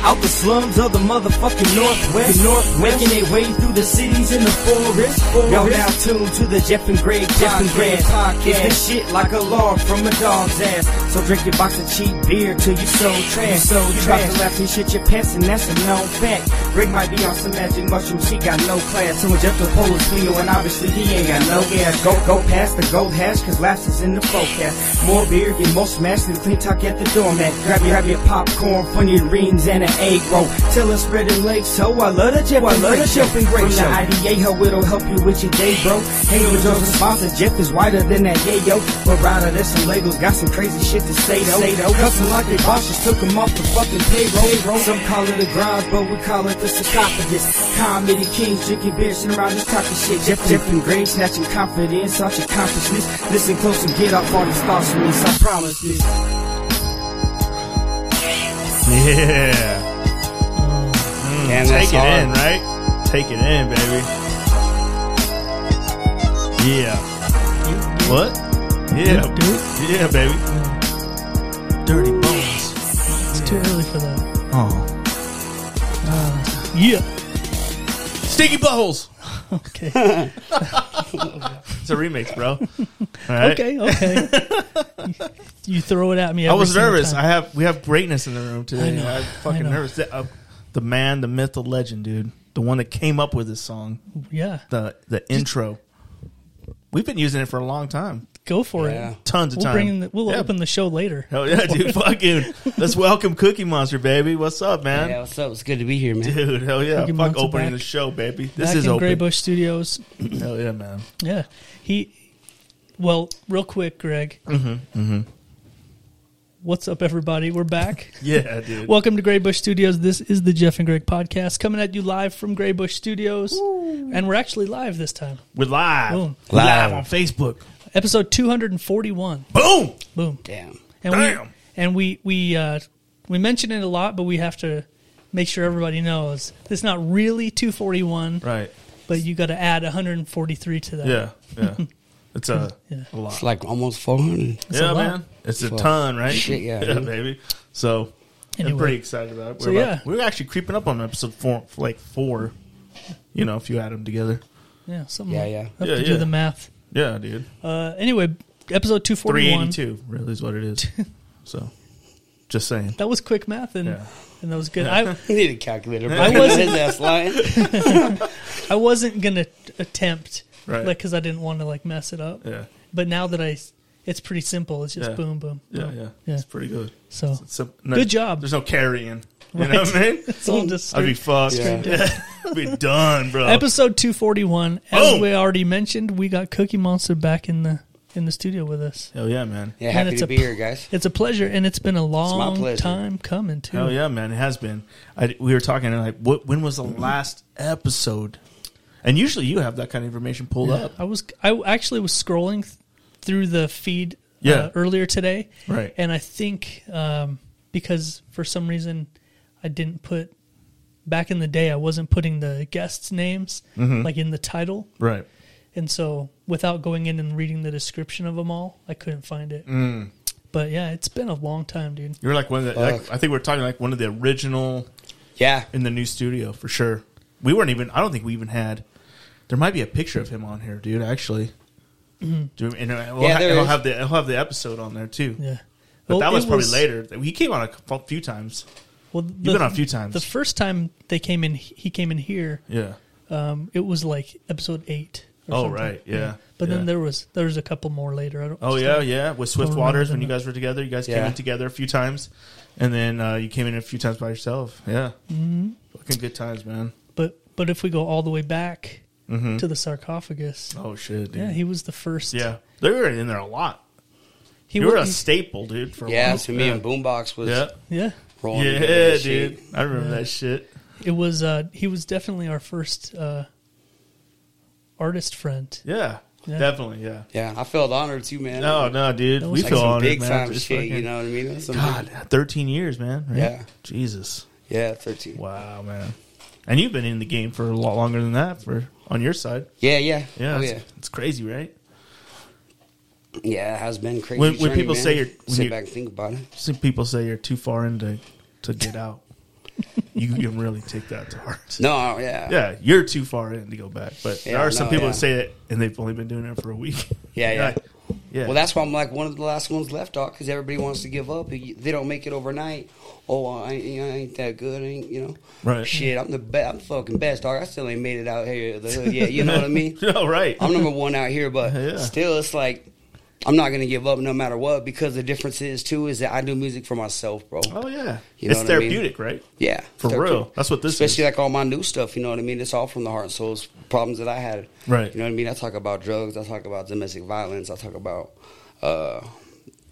Out the slums of the motherfucking Northwest. Northwest. Making their way through the cities in the forest. Y'all now tuned to the Jeff and Greg Jeff and Greg podcast. It's this shit like a log from a dog's ass. So drink your box of cheap beer till you so trash. So you about to laugh and shit your pants and that's a known fact. Rick might be on some magic mushroom, she got no class. So when Jeff the pole is Leo and obviously he ain't got no gas. Go, go past the gold hash cause laughs is in the forecast. More beer, get more smashed than clean talk at the doormat. Grab your, grab your popcorn, funny rings and an egg roll. Till it's spread and legs, so I love the Jeff I and love Greg the Jeff and Greg From show. the IDA, how it'll help you with your day, bro. Hang with Joe's sponsor, Jeff is wider than that yayo. But rather, there's some Legos, got some crazy shit to say though. Say though. Custom like they bosses took them off the fucking payroll. Some call it a grind, but we call it the sarcophagus. Comedy kings drinking beer, sitting around this type of shit. Jeff, Jeff and Greg snatching confidence out your consciousness. Listen close and get off all these thoughts from this, I promise this. Yeah. Damn, Take that's it hard. in, right? Take it in, baby. Yeah. What? Yeah. Yeah, baby. Dirty bones. It's too early for that. Oh. Yeah. Sticky Uh, buttholes. Okay. It's a remix, bro. All right. Okay. Okay. you throw it at me. I every was single nervous. time. I have we have greatness in the room today. I know. am fucking I know. nervous. The, uh, the man, the myth, the legend, dude. The one that came up with this song, yeah. the the intro. We've been using it for a long time, Go for Yeah. it. tons of We'll time. bring. The, we'll Yeah. open the show later. Hell yeah, dude! Fucking let's welcome Cookie Monster, baby. What's up, man? Yeah, what's up? It's good to be here, man. Dude, hell yeah! Cookie Fuck Monster opening back. the show, baby. This Back is in open. Greybush Studios. Hell yeah, man! Yeah. He. Well, real quick, Greg. Mm-hmm. Mm-hmm. What's up, everybody? We're back. Yeah, dude. Welcome to Gray Bush Studios. This is the Jeff and Greg podcast coming at you live from Gray Bush Studios, and we're actually live this time. We're live. Boom. live Live. on Facebook. Episode 241. Boom. Boom. Damn. And we Damn. and we we uh, we mention it a lot, but we have to make sure everybody knows it's not really 241, Right. but you got to add 143 to that. Yeah. Yeah. It's a, Yeah. a lot. It's like almost 400. yeah, a lot. man. It's a Fuck. ton, right? Shit, yeah, dude. baby. So I'm Anyway. pretty excited about it. We're, So, about- yeah. we're actually creeping up on episode four, like four. You know, if you add them together. yeah, something. Yeah, like- yeah. Have Yeah, to yeah. do the math. Yeah, dude. Uh, anyway, episode 241. 382 really is what it is. so, just saying. That was quick math, and Yeah. and that was good. I I need a calculator. Bro. I I wasn't- wasn't. His ass lying. I wasn't gonna attempt, Right. like, because I didn't want to like mess it up. Yeah. But now that I, it's pretty simple. It's just Yeah. boom, boom. Yeah, boom. yeah. Yeah. It's pretty good. So It's a- no- Good job. There's no carrying. You Right. know what I mean? it's all just I'd be fucked. Yeah. Yeah. I'd be done, bro. episode 241 as Oh. Boom. we already mentioned we got cookie monster back in the in the studio with us Hell yeah, man. Yeah, Man, happy it's to a be p- here, guys. it's a pleasure and it's been a long pleasure. time coming too Hell Oh, yeah, man! It has been. I, we were talking and like, what, when was the last episode? And usually you have that kind of information pulled up. i was i actually was scrolling th- through the feed uh, Yeah. earlier today Right. and i think um, because for some reason i didn't put back in the day i wasn't putting the guests names Mm-hmm. like in the title Right. and so without going in and reading the description of them all i couldn't find it Mm. but yeah it's been a long time dude You're like one of the. Like, Fuck. I think we we're talking like one of the original Yeah. in the new studio for sure. We weren't even. I don't think we even had. There might be a picture of him on here, dude. Actually. Do we, and uh, we'll Yeah, ha- there it'll is. have the it'll have the episode on there too. Yeah. But Well, that was it probably later. He came on a cou- few times. Well, the, been on a few times. The first time they came in, he came in here. Yeah. Um, it was like episode eight. or Oh, something. right, yeah, But yeah. then there was there was a couple more later. I don't. Oh yeah, yeah. With Swift remember Waters the when you name. guys were together, you guys came Yeah. in together a few times, and then uh, you came in a few times by yourself. Yeah, mm-hmm. fucking good times, man. But but if we go all the way back to the sarcophagus, Mm-hmm. Oh shit, dude. yeah, yeah, he was the first. they were in there a lot. he you were a was. staple, dude. For a Yeah, while. so me and Boombox was yeah, Yeah, rolling. yeah, together and shit. dude. I remember that shit. it was. Uh, he was definitely our first uh, artist friend. Yeah, Yeah. definitely. Yeah. Yeah, I felt honored too, man. No, no, dude. That We was like feel some honored, big man. time Just shit. You fucking- know what I mean? That's some God, big- thirteen years, man. right? Yeah. Jesus. yeah, thirteen. Wow, man. And you've been in the game for a lot longer than that. For on your side, Yeah, yeah, yeah, oh, it's, yeah, it's crazy, right? yeah. It has been crazy. When- when journey, people man. say you're- when sit you- back and think about it. Some people say you're too far in to, to get out. you can really take that to heart. No, I- yeah. yeah. Yeah, you're too far in to go back. But there Yeah, are some no, people yeah. that say it, and they've only been doing it for a week. Yeah, yeah. Like, yeah. Well, that's why I'm like one of the last ones left, doc, because everybody wants to give up. You- They don't make it overnight. Oh, I, ain't- I ain't that good. I ain't, you know. Right. Shit, I'm the best. I'm the fucking best, dog. I still ain't made it out here. of The hood. Yeah, you know what I mean. no, right. I'm number one out here, but Yeah. still, it's like I'm not gonna give up no matter what because the difference is too is that I do music for myself, bro. oh yeah, You know it's what I mean? therapeutic, right? Yeah, For therapeutic. real. That's what this Especially is. like all my new stuff. You know what I mean? It's all from the heart and souls problems that I had. Right. You know what I mean? I talk about drugs. I talk about domestic violence. I talk about uh,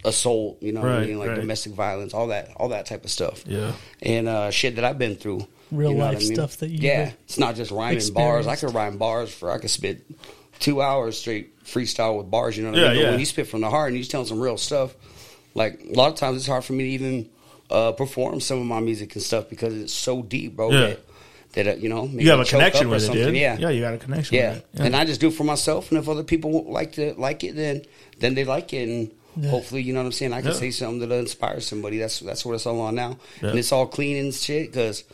assault. You know what I Right, mean? Like right. domestic violence, all that, all that type of stuff. Yeah. And uh, shit that I've been through. Real what life stuff that you Yeah, have it's not just rhyming bars. I experienced. could rhyme bars for. I could spit two hours straight freestyle with bars. You know what Yeah, I mean? But yeah. when you spit from the heart and you telling some real stuff, like a lot of times it's hard for me to even uh, perform some of my music and stuff because it's so deep, bro. Yeah. That, that uh, you know, make You have me a choke up connection or with it, something. dude. Yeah, yeah, you got a connection. yeah. with it. And I just do it for myself, and if other people won't like to like it, then then they like it, and Yeah. hopefully, you know what I'm saying. I can Yeah. say something that'll inspire somebody. That's that's what it's all on now, Yeah. and it's all clean and shit because.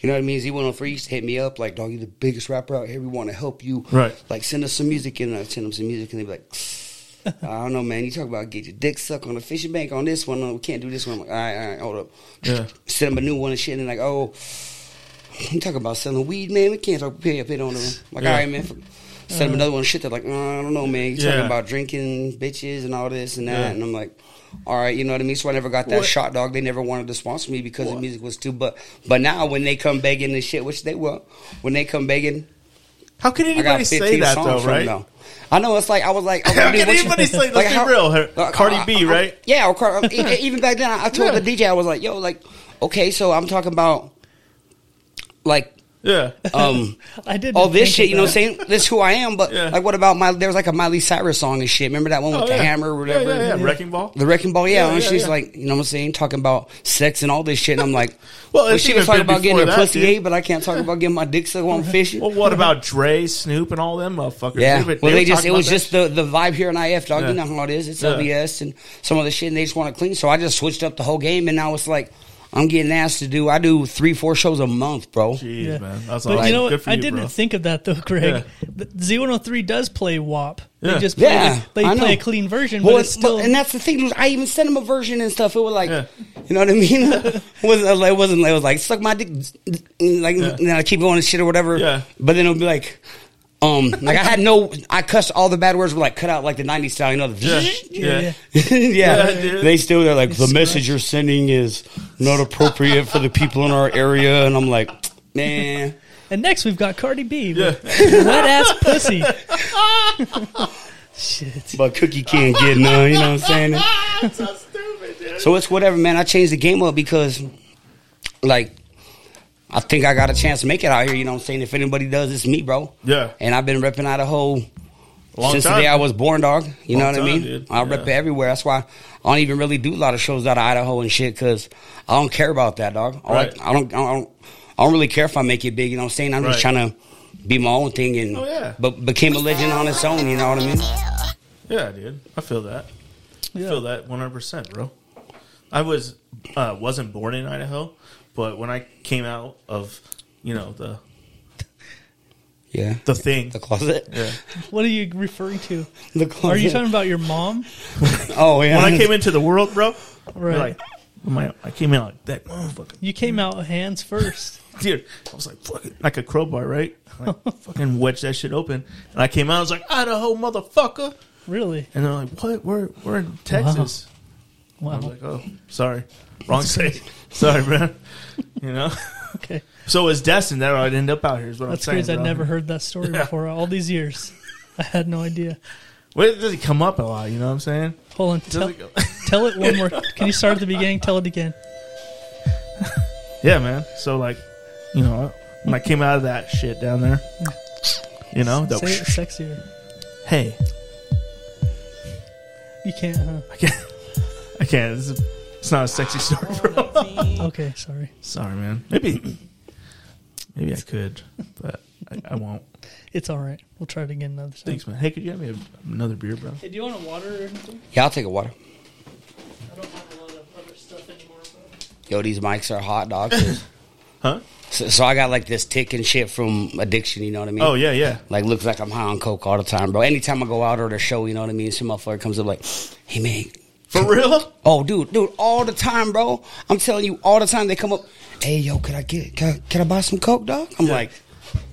You know what I mean? Z103 used to hit me up like, dog, you the biggest rapper out here. We want to help you. Right. Like, send us some music. And I send them some music, and they'd be like, I don't know, man. You talk about get your dick sucked on the fishing bank on this one. No, we can't do this one. I'm like, all right, all right, hold up. Yeah. Send them a new one and shit. And they're like, oh, you talk about selling weed, man. We can't talk pay a bit on them. Like, Yeah. Uh-huh. all right, man. f- Send them another one. Shit, they're like, uh, I don't know, man. You Yeah. talking about drinking bitches and all this and that, Yeah. and I'm like, all right, you know what I mean. So I never got that What? shot, dog. They never wanted to sponsor me because the What? music was too. But but now when they come begging and shit, which they will, when they come begging, How can I got anybody 15 say that songs though, from right? them. I know it's like I was like, I was How like, dude, can what you- anybody say? Let's like, be how- real. Her- like, Cardi I- B, I- right? Yeah, or Car- e- e- even back then, I I told Yeah. the DJ, I was like, yo, like, okay, so I'm talking about like Yeah, um I did all this think shit, you know what I'm about- saying? This who I am, but Yeah. like what about my there was like a Miley Cyrus song and shit. Remember that one with Oh, the yeah. hammer or Yeah, whatever? yeah, yeah. Wrecking ball. The wrecking ball, yeah. Yeah, and yeah, she's yeah. like, you know what I'm saying, talking about sex and all this shit. And I'm like, Well, well, it's she even can talk been about getting before her that, pussy dude. ate, but I can't talk about getting my dick sucked while I'm fishing. Well, what about Dre, Snoop, and all them motherfuckers? Yeah. They were- well, they they, were just talking it was about that just the, the vibe here in IF dog. Yeah. You know how it is. It's Yeah. LBS and some of the shit, and they just want to clean. So I just switched up the whole game, and now it's like I'm getting asked to do. I do three, four shows a month, bro. Jeez, Yeah. man, that's but all. you know Good what? for I you, didn't bro. think of that though, Greg. Yeah. The Z103 does play WAP. Yeah. They just play, Yeah, they I play a know. clean version, Well, but it's it's- still. but- and that's the thing. dude, I even sent him a version and stuff. It was like, Yeah. you know what I mean? it wasn't. It wasn't. It was like suck my dick, and like and then I keep going and shit or whatever. Yeah. But then it'll be like, um, like I had no. I cussed all the bad words. Were like cut out like the '90s style. You know, the Yeah, yeah. yeah. yeah, dude. they still they're like the Scratch. message you're sending is not appropriate for the people in our area, and I'm like, man, And next we've got Cardi B with wet ass pussy. Shit. but Cookie can't get none. You know what I'm saying? So it's whatever, man. I changed the game up because, like, I think I got a chance to make it out here. You know what I'm saying? If anybody does, it's me, bro. Yeah. And I've been repping Idaho Long since time. the day I was born, dog. You Long know what I time, mean? dude. I Yeah. rep it everywhere. That's why I don't even really do a lot of shows out of Idaho and shit because I don't care about that, dog. I, Right. like, I don't. I don't. I don't really care if I make it big. You know what I'm saying? I'm just Right. trying to be my own thing and Oh, yeah. but became a legend on its own. You know what I mean? Yeah, dude, I feel that. I Yeah. feel that one hundred percent, bro. I was uh, wasn't born in Idaho, but when I came out of you know the Yeah. the thing, The closet. yeah. What are you referring to? The closet. Are you talking about your mom? Oh yeah. when I came into the world, bro, Right. like my, I came out like that motherfucking You came out hands first. dude. I was like fucking like a crowbar, right? Like, fucking wedge that shit open, and I came out. I was like Idaho, motherfucker, Really? and they're like, what? We're we're in Texas. I was Wow. like, oh, sorry, wrong state. Sorry, man. You know. Okay. So it was destined that I'd end up out here. Is what That's I'm saying. crazy. I bro. never heard that story Yeah. before. All these years, I had no idea. Well, it doesn't come up a lot. You know what I'm saying? Hold on. Tell, Doesn't go- tell it one more. Can you start at the beginning? Tell it again. Yeah, man. So like, you know, when I came out of that shit down there, you know, the Mm. Say it sexier. hey, You can't. Huh? I can't, I can't. This is, it's not a sexy story, bro. Okay. Sorry. Sorry, man. Maybe, maybe I could, but I, I won't. It's all right. We'll try it again another time. Thanks, man. Hey, could you get me a, another beer, bro? Hey, do you want a water or anything? Yeah, I'll take a water. I don't have a lot of other stuff anymore. Yo, these mics are hot, dog. 'cause Huh? So, so I got like this tick and shit from addiction. You know what I mean? Oh yeah, yeah. Like looks like I'm high on coke all the time, bro. Anytime I go out or at a show, you know what I mean. Some motherfucker comes up like, "Hey man, For real? oh dude, dude, all the time, bro. I'm telling you, all the time they come up. Hey yo, can I get can I, can I buy some coke, dog? I'm like,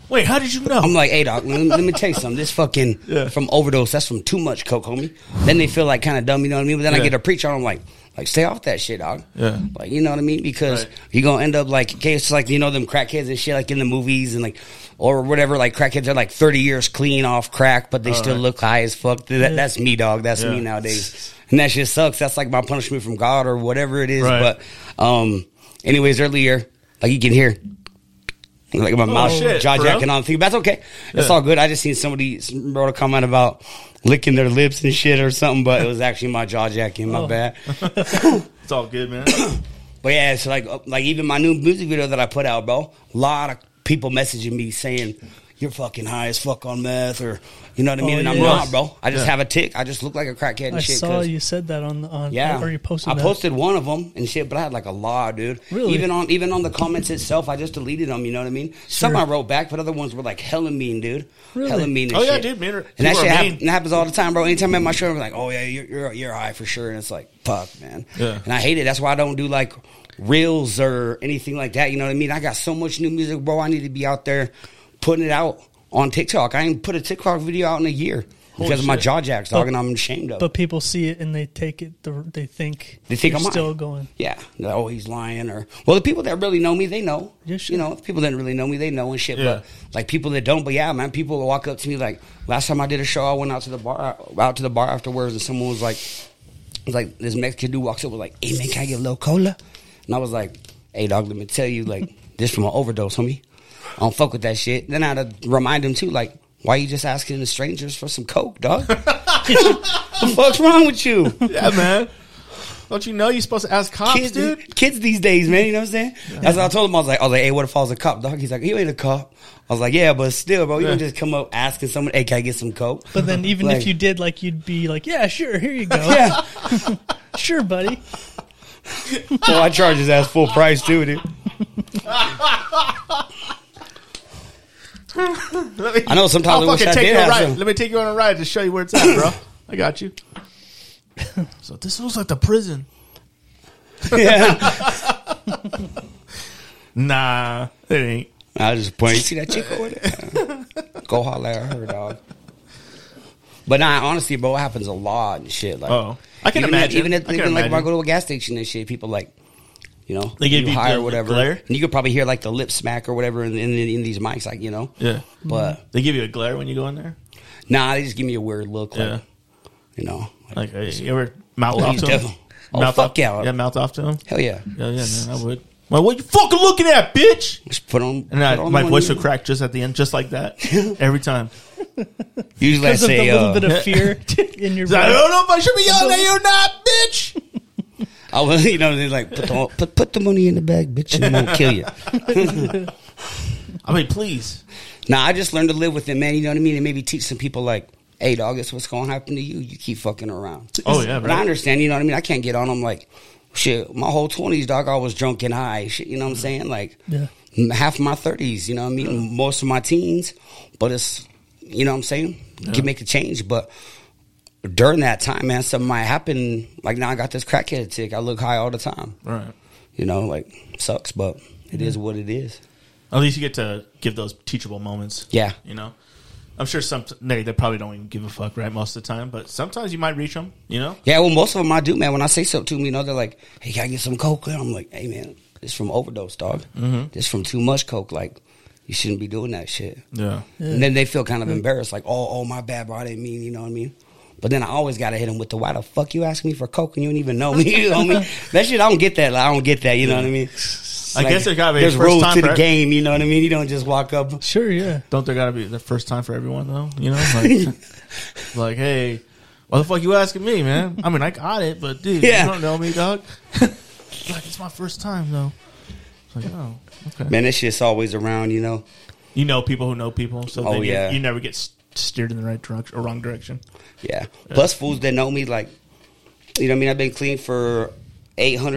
Wait, how did you know? I'm like, hey dog, let, me- let me tell you something. This fucking Yeah. from overdose. That's from too much coke, homie. Then they feel like kind of dumb, you know what I mean? But then I Yeah. get a preacher, I'm like. Like stay off that shit, dog. Yeah. Like you know what I mean? Because Right. you're gonna end up like okay, it's like you know them crackheads and shit like in the movies and like or whatever, like crackheads are like thirty years clean off crack, but they still right. look high as fuck. That, Yeah. That's me, dog. That's Yeah. me nowadays. And that shit sucks. That's like my punishment from God or whatever it is. Right. But um anyways, earlier, like you can hear like Oh, my mouth shit, jaw bro. jacking on thing. But that's okay. That's Yeah. all good. I just seen somebody wrote a comment about licking their lips and shit or something, but it was actually my jaw jacking. My Oh. bad. It's all good, man. But yeah, it's like uh, like even my new music video that I put out, bro. A lot of people messaging me saying you're fucking high as fuck on meth, or you know what I mean. Oh, and I'm yeah. not, bro. I just Yeah. have a tick. I just look like a crackhead and I shit. saw 'cause- you said that on on yeah, or you posted. I that. posted one of them and shit, but I had like a lot, dude. Really? Even on even on the comments itself, I just deleted them. You know what I mean? Some Sure. I wrote back, but other ones were like hella mean, dude. Really? Hella mean. And Oh, yeah, shit. dude, man, And that people shit are happen, mean. happens all the time, bro. Anytime at my show, I'm like, oh yeah, you're you're, you're high for sure, and it's like, fuck, man. Yeah. And I hate it. That's why I don't do like reels or anything like that. You know what I mean? I got so much new music, bro. I need to be out there putting it out on TikTok. I ain't put a TikTok video out in a year. because of my shit. jaw jacks, dog, But- and I'm ashamed of it. but people see it and they take it. The, they think They think you're I'm lying. still going. Yeah. They're, Oh, he's lying. Or well, the people that really know me, they know. Yeah, sure. You know, if people that really know me, they know and shit. Yeah. But like people that don't, but yeah, man, people will walk up to me like last time I did a show, I went out to the bar, uh, out to the bar afterwards, and someone was like, was like this Mexican dude walks up was like, "Hey man, can I get a little cola?" And I was like, "Hey dog, let me tell you, like this from an overdose, homie. I don't fuck with that shit." Then I had to remind him too, like. Why you just asking the strangers for some coke, dog? the fuck's wrong with you? yeah, man. Don't you know you're supposed to ask cops, kids, dude? Kids these days, man. You know what I'm saying? That's what I told him. I was like, I was like, hey, what if I was a cop, dog? He's like, you ain't a cop. I was like, yeah, but still, bro, you don't Yeah. just come up asking someone, hey, can I get some coke? But then even Like- if you did, like you'd be like, yeah, sure, here you go. yeah. sure, buddy. well, Oh, I charge his ass full price too, dude. Let me, I know sometimes I I'll wish fucking I take did you on a have ride. some. Let me take you on a ride to show you where it's at, bro. I got you. So this looks like the prison. yeah. Nah, it ain't. I was just pointing. You see that chick over there? Go holler at her, dog. But nah, honestly, bro, it happens a lot and shit. Like, Oh. I can even imagine. At, even at, I can even like when I imagine. go to a gas station and shit, people like, you know, They give you high the- or whatever, the glare? and you could probably hear like the lip smack or whatever in, in, in these mics, like you know. Yeah. But They give you a glare when you go in there? nah, they just give me a weird look, like Yeah. you know, like, Like, hey, you ever mouth Oh, off he's to him? devil. Oh, fuck off, yeah. Yeah, mouth off to him? hell yeah, Yeah, yeah, man, I would. Well, what you fucking looking at, bitch? just put on. And I, put on my one voice you- would crack just at the end, just like that, every time. Usually, I Because of the say, little uh, bit of fear in your He's like, I brain. don't know if I should be yelling at you or not, bitch. I was, you know, they're like, put the, put, put the money in the bag, bitch, and it won't kill you. I mean, please. Now I just learned to live with it, man. You know what I mean? And maybe teach some people like, hey, dog, it's what's going to happen to you. You keep fucking around. Oh, yeah, But I right. understand. You know what I mean? I can't get on them like, shit. My whole twenties, dog, I was drunk and high. Shit, you know what I'm saying? Like, Yeah. m- half my thirties. You know what I mean? Most of my teens, but it's, you know what I'm saying? You Can make a change, but. During that time, man, something might happen. Like now, I got this crackhead tick. I look high all the time. Right. You know, like sucks, but it is what it is. At least you get to give those teachable moments. Yeah. You know? I'm sure some, they, they probably don't even give a fuck, right, most of the time, but sometimes you might reach them, you know? Yeah, well, most of them I do, man. When I say something to them, you know, they're like, "Hey, can I get some coke?" And I'm like, "Hey, man, it's from overdose, dog. Mm-hmm. It's from too much coke. Like, you shouldn't be doing that shit." Yeah. Mm-hmm. And then they feel kind of embarrassed, like, "Oh, oh, my bad, bro. I didn't mean." You know what I mean? But then I always gotta hit them with the "Why the fuck you asking me for coke and you don't even know me, homie?" That shit, I don't get that. Like, I don't get that. You know what I mean? I Like, guess there gotta be a there's first rules time to the for- game. You know what I mean? You don't just walk up. Sure, yeah. Don't there gotta be the first time for everyone, though? You know? Like, like, hey, why the fuck you asking me, man? I mean, I got it, but dude, Yeah. you don't know me, dog. It's like, it's my first time, though. It's like, oh, okay. Man, that shit's always around. You know? You know people who know people, so Oh, then you, yeah. you never get s- steered in the right direction or wrong direction. Yeah. Plus, fools that know me, like, you know what I mean? I've been clean for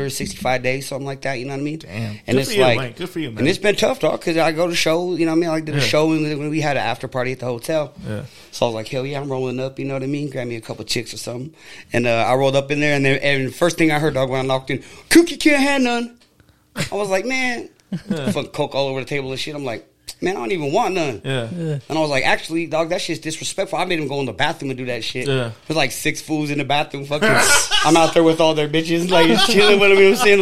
865 days, something like that. You know what I mean? Damn. And Good it's for you, like, Link. Good for you, man. And it's been tough, dog, because I go to shows. You know what I mean? I did Yeah. a show and when we had an after party at the hotel. Yeah. So I was like, hell yeah, I'm rolling up. You know what I mean? Grab me a couple chicks or something. And uh, I rolled up in there, and then and the first thing I heard, dog, when I knocked in, Kookie can't have none. I was like, man, fuck coke all over the table and shit. I'm like, man, I don't even want none. Yeah. Ugh. And I was like, actually, dog, that shit's disrespectful. I made him go in the bathroom and do that shit. Yeah. There's like six fools in the bathroom. Fucking, I'm out there with all their bitches, like just chilling with them. You know what I'm saying?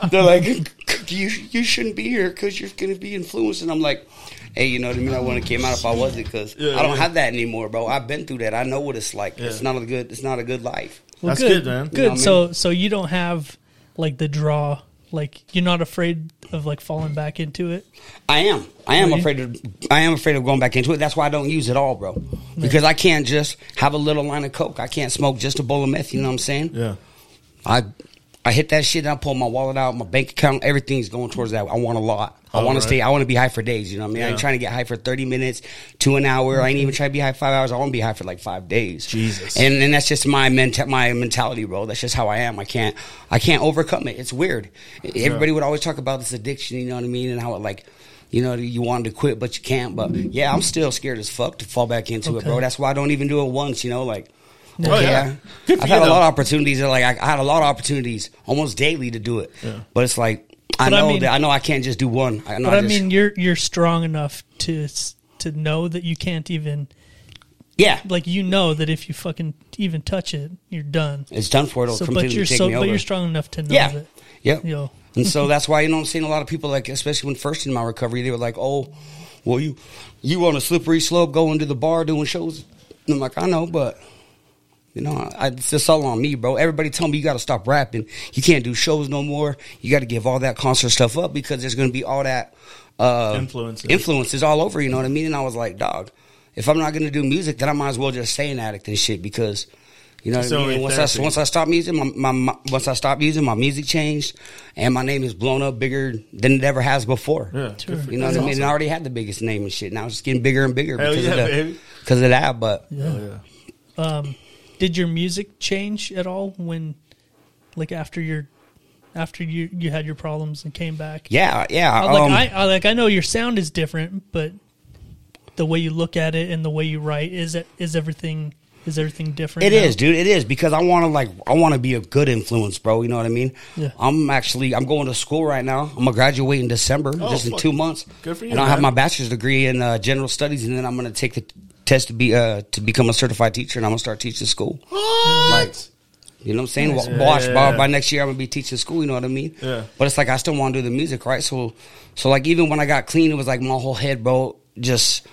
Like, they're like, you you shouldn't be here because you're gonna be influenced. And I'm like, hey, you know what I mean? I wouldn't have came out if I wasn't because Yeah, I don't yeah. have that anymore, bro. I've been through that. I know what it's like. It's Yeah. not a good. It's not a good life. Well, That's good, man. You Good. know what I so so you don't have like the draw. Like you're not afraid of like falling back into it. I am. I am Are you? afraid of. I am afraid of going back into it. That's why I don't use it all, bro. Because I can't just have a little line of coke. I can't smoke just a bowl of meth. You know what I'm saying? Yeah. I I hit that shit and I pull my wallet out, my bank account, everything's going towards that. I want a lot. I All want right. to stay. I want to be high for days. You know what I mean? I ain't Yeah. trying to get high for thirty minutes to an hour. I ain't even trying to be high five hours. I want to be high for like five days. Jesus. And and that's just my menta- my mentality, bro. That's just how I am. I can't I can't overcome it. It's weird. Everybody would always talk about this addiction. You know what I mean? And how it like. You know, you wanted to quit, but you can't. But yeah, I'm still scared as fuck to fall back into it, Okay. bro. That's why I don't even do it once. You know, like Oh, yeah. Good for I've you, had a though. lot of opportunities. That, like I, I had a lot of opportunities almost daily to do it, but it's like I But I know mean- that I know I can't just do one. I know But I, just, mean, you're you're strong enough to s- to know that you can't even yeah, like you know that if you fucking even touch it, you're done. it's done for. It'll So, completely but you're take so me but over. you're strong enough to know yeah, that. yep. You know, and so that's why you know I'm seeing a lot of people like, especially when first in my recovery, they were like, "Oh, well you you on a slippery slope going to the bar doing shows." And I'm like, I know, but. You know, I, it's just all on me, bro. Everybody tell me you got to stop rapping. You can't do shows no more. You got to give all that concert stuff up because there's going to be all that uh, Influences. influences all over. You know what I mean? And I was like, dog, if I'm not going to do music, then I might as well just stay an addict and shit because. You know It's what I the mean? only Once I, therapy. once I stopped music, my, my, my once I stopped using, my music changed, and my name is blown up bigger than it ever has before. Yeah, good Sure. for You you. know what That's I mean? And I awesome. already had the biggest name and shit. Now it's just getting bigger and bigger Hell because yeah, of the, baby. because of that. But Oh, yeah. did your music change at all when, like after your, after you you had your problems and came back? yeah, yeah. I- like um, I, I like I know your sound is different, but the way you look at it and the way you write is it is everything is everything different? It is, now? dude. It is because I want to like I want to be a good influence, bro. You know what I mean? Yeah. I'm actually I'm going to school right now. I'm gonna graduate in December, Oh, just in fuck. two months. Good for you, And I'll have man. my bachelor's degree in uh, general studies, and then I'm gonna take the test to be uh, to become a certified teacher, and I'm gonna start teaching school. Like, you know what I'm saying? Wa- Yeah, Watch, yeah, by, yeah. by next year I'm gonna be teaching school. You know what I mean? Yeah. But it's like I still want to do the music, right? So, so like even when I got clean, it was like my whole head, bro, just.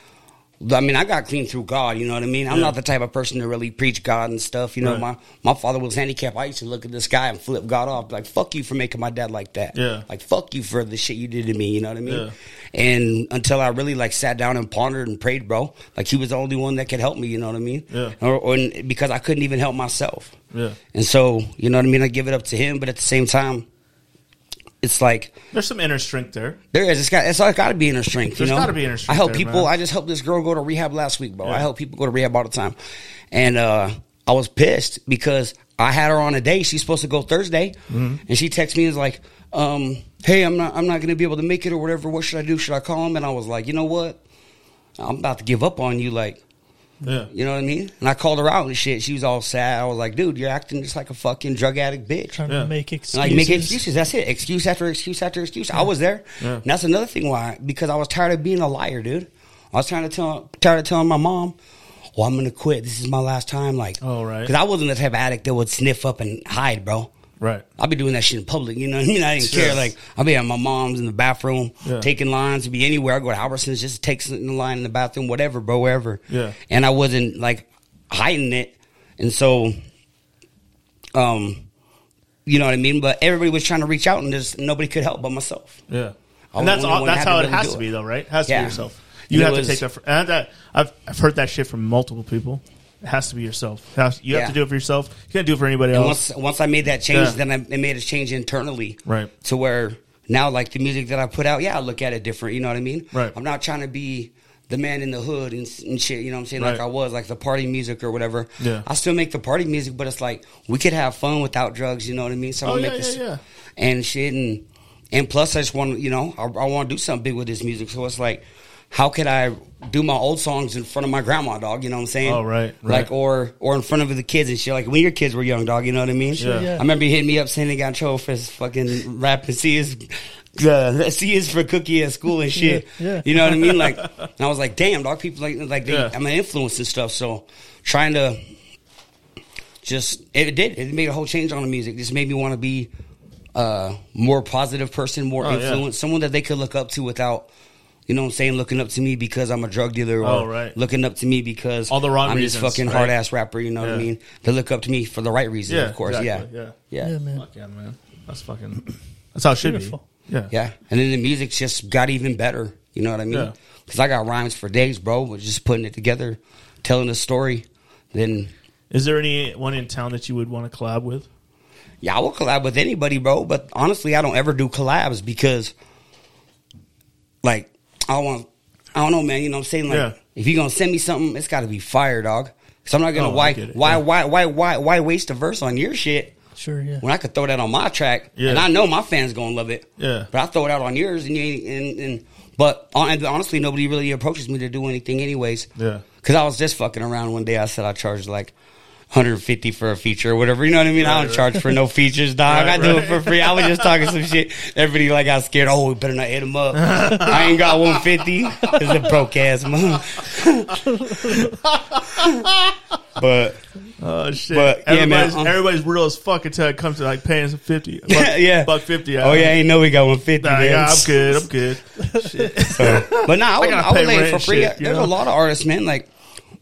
I mean, I got clean through God. You know what I mean? I'm Yeah. not the type of person to really preach God and stuff. You know, Right. my my father was handicapped. I used to look at this guy and flip God off, like "fuck you" for making my dad like that. Yeah. like "fuck you" for the shit you did to me. You know what I mean? Yeah. And until I really like sat down and pondered and prayed, bro, like he was the only one that could help me. You know what I mean? Yeah. Or, or and because I couldn't even help myself. Yeah. And so you know what I mean? I give it up to him, but at the same time, it's like There's some inner strength there. there is. It's got. It's got to be inner strength. You There's know, gotta be inner strength I help there, people. man. I just helped this girl go to rehab last week, bro. Yeah. I help people go to rehab all the time, and uh, I was pissed because I had her on a day. She's supposed to go Thursday, Mm-hmm. and she texts me and is like, um, "Hey, I'm not. I'm not going to be able to make it or whatever. What should I do? Should I call him?" And I was like, "You know what? I'm about to give up on you. Like, Yeah. you know what I mean?" And I called her out and shit. She was all sad. I was like, "Dude, you're acting just like a fucking drug addict bitch." trying Yeah. to make And, excuses. Like making excuses. That's it. Excuse after excuse after excuse. I was there. Yeah. And that's another thing why because I was tired of being a liar, dude. I was trying to tell tired of telling my mom, "Well, I'm gonna quit. This is my last time." Like, Oh, right. Because I wasn't the type of addict that would sniff up and hide, bro. Right. I'd be doing that shit in public, you know what I mean? I didn't care. Sure. Like, I'd be at my mom's in the bathroom, Yeah. taking lines, be anywhere. I go to Albertsons just to take something in line in the bathroom, whatever, bro, wherever. Yeah. And I wasn't like hiding it. And so, um, you know what I mean? But everybody was trying to reach out and just nobody could help but myself. Yeah. I and was that's the only all, one that's that had how to it really has do to it. be, though, right? It has to Yeah. be yourself. And You it have was- to take that. For, and that I've I've heard that shit from multiple people. It has to be yourself. It has- you Yeah. have to do it for yourself. You can't do it for anybody And else. once once I made that change, Yeah. then I it made a change internally, Right. To where now, like the music that I put out, yeah, I look at it different. You know what I mean? Right. I'm not trying to be the man in the hood and, s- and shit. You know what I'm saying? Like Right. I was, like the party music or whatever. Yeah. I still make the party music, but it's like we could have fun without drugs. You know what I mean? So Oh, I yeah, make this yeah, yeah. and shit, and and plus I just want you know I, I want to do something big with this music. So it's like, how could I do my old songs in front of my grandma, dog? You know what I'm saying? Oh, right, Like right. or or in front of the kids and shit. Like when your kids were young, dog. You know what I mean? Sure, yeah. I remember he hit me up saying he got in trouble for his fucking rap and see his. Uh, C is for cookie at school and shit. Yeah, yeah. You know what I mean? Like, and I was like, damn, dog. People like, like, they, Yeah. I'm an influence and stuff. So, trying to just it did. It made a whole change on the music. Just made me want to be a more positive person, more Oh, yeah. influence, someone that they could look up to without, you know, what I'm saying, looking up to me because I'm a drug dealer, or Oh, right. looking up to me because All the wrong I'm reasons, this fucking right? hard ass rapper. You know what I Yeah. mean? They look up to me for the right reasons, Yeah, of course. exactly, yeah, yeah. yeah, Yeah, man. Fuck yeah, man. That's fucking. That's how it should Beautiful. be. Yeah. Yeah, and then the music just got even better. You know what I mean? Yeah. Because I got rhymes for days, bro. Was just putting it together, telling a story. Then Is there anyone in town that you would want to collab with? yeah, I will collab with anybody, bro. But honestly, I don't ever do collabs because, like, I want. I don't know, man. You know what I'm saying? Like, Yeah. if you're gonna send me something, it's got to be fire, dog. Because I'm not gonna Oh, I why, get it, why, yeah. why, why, why, why waste a verse on your shit Sure, yeah. when I could throw that on my track, Yeah. and I know my fans gonna love it. Yeah. but I throw it out on yours, and you ain't, and, and but hon- and honestly, nobody really approaches me to do anything, anyways. Yeah. because I was just fucking around one day. I said I charged like. 150 for a feature or whatever, you know what I mean? I Right, don't right. charge for no features, dog. Right, I do right. it for free. I was just talking some shit. Everybody like got scared. Oh, we better not hit him up. I ain't got 150. It's a broke ass mom. but Oh shit! But, yeah, man, everybody's, I'm- everybody's real as fuck until it comes to like paying some fifty. Buck, yeah, buck fifty. Oh yeah, ain't know we got 150. Nah, man. yeah, I'm good. I'm good. Shit. But no, I would, gotta I pay would lay it rent for and free. shit, you There's know? a lot of artists, man. Like,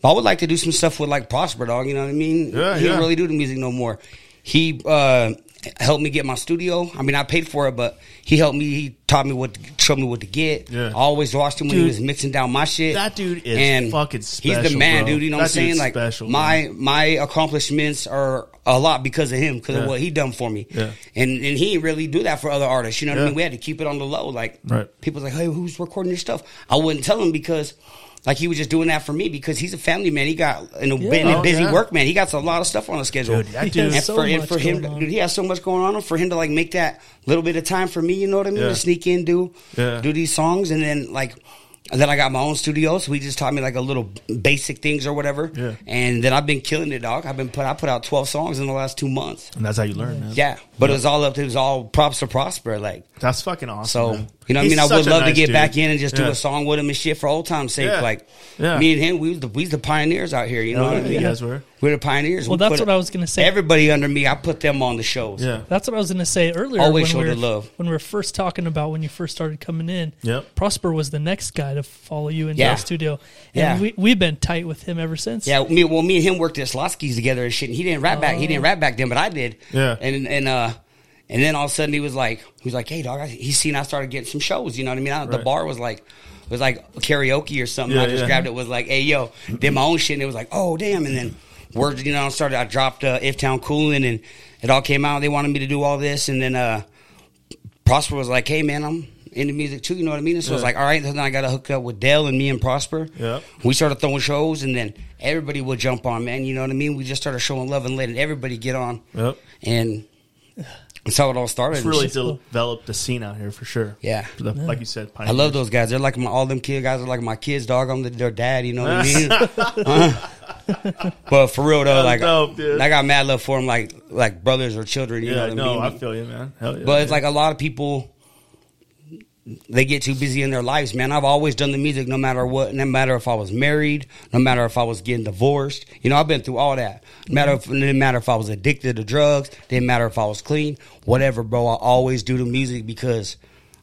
I would like to do some stuff with like Prosper Dog. You know what I mean? Yeah, he yeah. didn't really do the music no more. He uh, helped me get my studio. I mean, I paid for it, but he helped me. He taught me what, to, showed me what to get. Yeah. I always watched him when Dude, he was mixing down my shit. that dude is fucking He's special, the man, bro. dude. You know what That I'm saying? dude's Like special, my my accomplishments are a lot because of him, because Yeah. of what he done for me. Yeah. And and he didn't really do that for other artists. You know what Yeah. I mean? We had to keep it on the low, like Right. people was like, "Hey, who's recording your stuff?" I wouldn't tell him because, like, he was just doing that for me because he's a family man. He got in a, been Oh, a busy yeah. work man. He got a lot of stuff on his schedule. Dude, that He dude. has and so for, and much for him, going on. dude, he has so much going on. And for him to like make that little bit of time for me, you know what I mean? Yeah. To sneak in, do Yeah. do these songs, and then like. and then I got my own studio, so he just taught me like a little basic things or whatever. Yeah. And then I've been killing it, dog. I've been put I put out twelve songs in the last two months. And that's how you learn, man. Yeah, but it was all up to it was all props to Prosper. Like that's fucking awesome. so man. you know, what I He's mean, I such would a love to nice get dude. back in and just do Yeah. a song with him and shit for old times' sake. Yeah. Like Yeah. me and him, we was the, we was the pioneers out here. You know Oh, what I yeah, mean? you guys were. We're the pioneers. Well, We that's put what I was gonna say. Everybody under me, I put them on the shows. Yeah, That's what I was going to say earlier. Always show we the were- love. When we were first talking about when you first started coming in, Yep. Prosper was the next guy to follow you into Yeah. the studio. And Yeah. we, we've been tight with him ever since. Yeah, me, well, me and him worked at Slotsky's together and shit. And he didn't rap back. He didn't rap back then, but I did. Yeah. And and uh, and then all of a sudden he was like, he was like, hey dog, I, he seen I started getting some shows. You know what I mean? I, The Right. bar was like. Was like karaoke or something. Yeah, I just yeah. grabbed it. Was like, hey yo, did my own shit. And it was like, oh damn. And then word, you know, I started. I dropped uh, If Town Coolin', and it all came out. They wanted me to do all this, and then uh, Prosper was like, "Hey man, I'm into music too." You know what I mean? And so I was Yeah. like, "All right." Then I got to hook up with Dell and me and Prosper. Yep. We started throwing shows, and then everybody would jump on, man. You know what I mean? We just started showing love and letting everybody get on. Yep. And that's how it all started. it's really developed the scene out here for sure. Yeah. For the- like you said, I love those guys. They're like my all them kid guys are like my kids, dog. I'm the, their dad. You know what I mean? Huh? but for real though, That's like dope, dude. I got mad love for them, like like brothers or children. You know Yeah, what no, I I mean? feel you, man. Hell yeah. But it's like a lot of people, they get too busy in their lives, man. I've always done the music, no matter what, no matter if I was married, no matter if I was getting divorced. You know, I've been through all that. No matter if, it didn't matter if I was addicted to drugs, didn't matter if I was clean, whatever, bro. I always do the music because.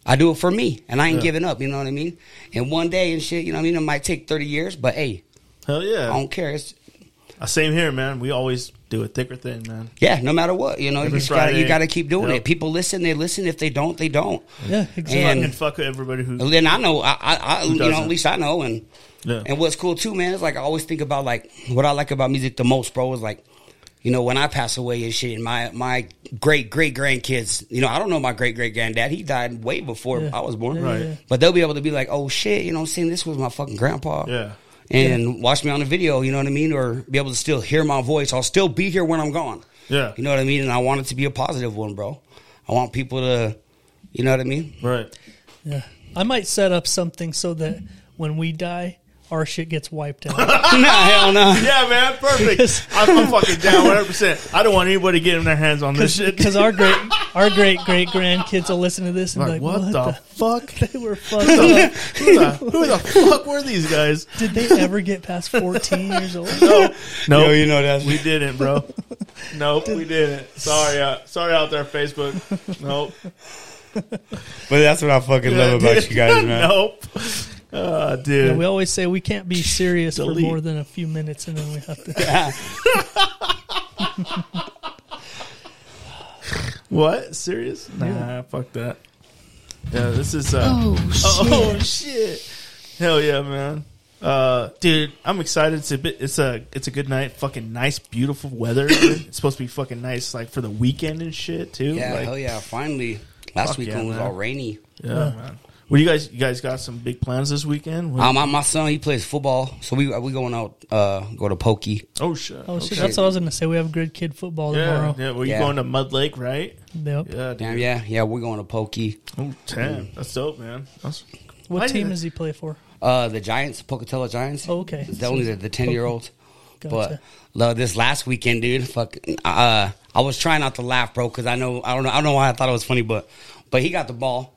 I do it for me, and I ain't Yeah. giving up. You know what I mean? And one day and shit, you know what I mean. It might take thirty years, but hey, hell I yeah. don't care. It's Uh, Same here, man. We always do it thick or thin, man. yeah, no matter what, you know. You Every just gotta, Friday. you gotta keep doing Yep. it. People listen, they listen. If they don't, they don't. Yeah, exactly. And- Fucking fuck everybody who. And then I know, I, I, I you know, doesn't? at least I know, and Yeah. and what's cool too, man, is like I always think about like what I like about music the most, bro, is like you know, when I pass away and shit, and my my great great grandkids, you know, I don't know my great great granddad. He died way before Yeah. I was born. Yeah, Right. yeah. But they'll be able to be like, oh shit, you know what I'm saying? This was my fucking grandpa. Yeah. And watch me on the video, you know what I mean? Or be able to still hear my voice. I'll still be here when I'm gone. Yeah. You know what I mean? And I want it to be a positive one, bro. I want people to, you know what I mean? Right. Yeah. I might set up something so that when we die, our shit gets wiped Oh, out. nah, hell no. Yeah, man, perfect. I'm, I'm fucking down 100. percent I don't want anybody getting their hands on this shit. Because our great our great great grandkids will listen to this and Like, be like, what, the, fuck? They were fucked up. Who the, who the fuck were these guys? Did they ever get past 14 years old? No, no, Yo, you know that's we didn't, bro. Nope, we didn't. Sorry, uh, sorry out there, Facebook. Nope, but that's what I fucking nope. Uh, dude, Yeah, we always say we can't be serious for Delete. more than a few minutes and then we have to. What? Serious? Nah, fuck that. Yeah, this is. Uh, oh, shit. Hell yeah, man. Uh, dude, I'm excited. It's a bit. It's a. It's a good night. Fucking nice, beautiful weather. it's supposed to be fucking nice, like for the weekend and shit too. Yeah, like, hell yeah. Finally. Fuck Last weekend yeah, was man. all rainy. yeah, man. Well, you guys, you guys got some big plans this weekend? What- Um, my, my son, he plays football, so we we going out, uh, go to Pokey. oh shit. Oh, shit. Okay. That's what I was going to say. We have good kid football Yeah, tomorrow. yeah. Well, you Yeah. going to Mud Lake, right? Yep. Yeah, dude. Damn, yeah, yeah, we're going to Pokey. Oh, damn. That's dope, man. That's What Why did team it- does he play for? Uh, the Giants, Pocatello Giants. Oh, okay. It's only the, the ten year olds. Gotcha. But love this last weekend, dude. Fuck, uh, I was trying not to laugh, bro, because I know I don't know I don't know why I thought it was funny, but but he got the ball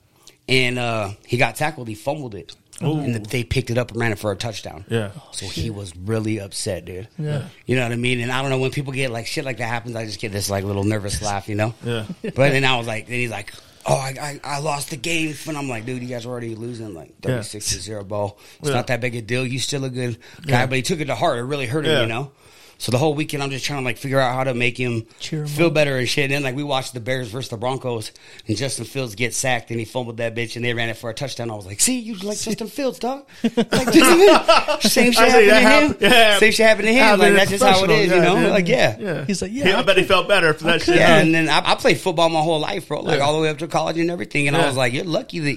and uh, he got tackled. He fumbled it, and they picked it up and ran it for a touchdown. Oh. Yeah. So he was really upset, dude. Yeah. You know what I mean? And I don't know when people get like shit like that happens. I just get this like little nervous laugh, you know? Yeah. But then I was like, then he's like, oh, I, I, I lost the game, and I'm like, dude, you guys are already losing like Yeah. 36 to zero, bro. It's Yeah. not that big a deal. You still a good guy, but he took it to heart. It really hurt him, Yeah. you know. So the whole weekend, I'm just trying to like figure out how to make him Cheer him feel up. better and shit. And then like we watched the Bears versus the Broncos, and Justin Fields get sacked, and he fumbled that bitch, and they ran it for a touchdown. I was like, see, you like Justin Fields, dog? Like Justin Fields. Same shit I happened see, to that him. hap- yeah. Same shit happened to him. Happened Like to that's just how it professional, is, you yeah, know. dude. Like yeah. Yeah. He's like, He- yeah, I I bet he felt better for that shit. Yeah, huh? and then I, I played football my whole life, bro. Like Yeah. all the way up to college and everything. And Yeah. I was like, you're lucky that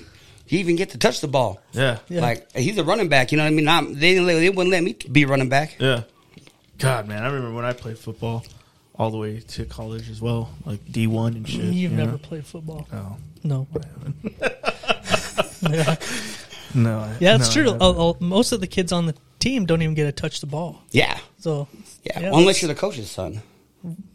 you even get to touch the ball. Yeah. Yeah. Like he's a running back, you know what I mean? I'm, they didn't, let- they wouldn't let me be running back. Yeah. God, man, I remember when I played football all the way to college as well, like D one and shit. You've you never know? played football. No, No. yeah. no. I- Yeah, it's no, I true. haven't. Oh, oh, most of the kids on the team don't even get to touch the ball. Yeah. So, Yeah. Yeah, Well, unless you're the coach's son.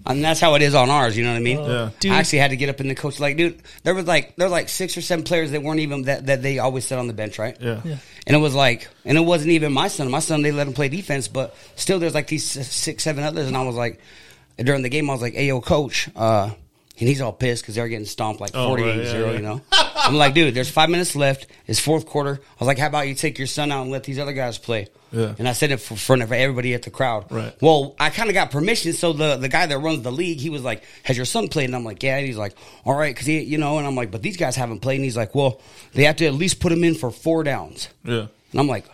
And that's how it is on ours, you know what I mean? Oh. Yeah. dude. I actually had to get up in the coach like, dude, there was like there were like six or seven players that weren't even that, that they always sit on the bench, right? Yeah. Yeah. And it was like, and it wasn't even my son. My son, they let him play defense, but still, there's like these s- six, seven others. And I was like, during the game, I was like, "Hey, yo, coach," uh, and he's all pissed because they're getting stomped like Oh, 48 right, yeah, 0 yeah. You know, I'm like, dude, there's five minutes left. It's fourth quarter. I was like, how about you take your son out and let these other guys play? Yeah. And I said it for front of everybody at the crowd. Right. Well, I kind of got permission. So the, the guy that runs the league, he was like, "Has your son played?" And I'm like, "Yeah." And he's like, "All right," because he, you know. And I'm like, "But these guys haven't played." And he's like, "Well, they have to at least put him in for four downs." Yeah. And I'm like,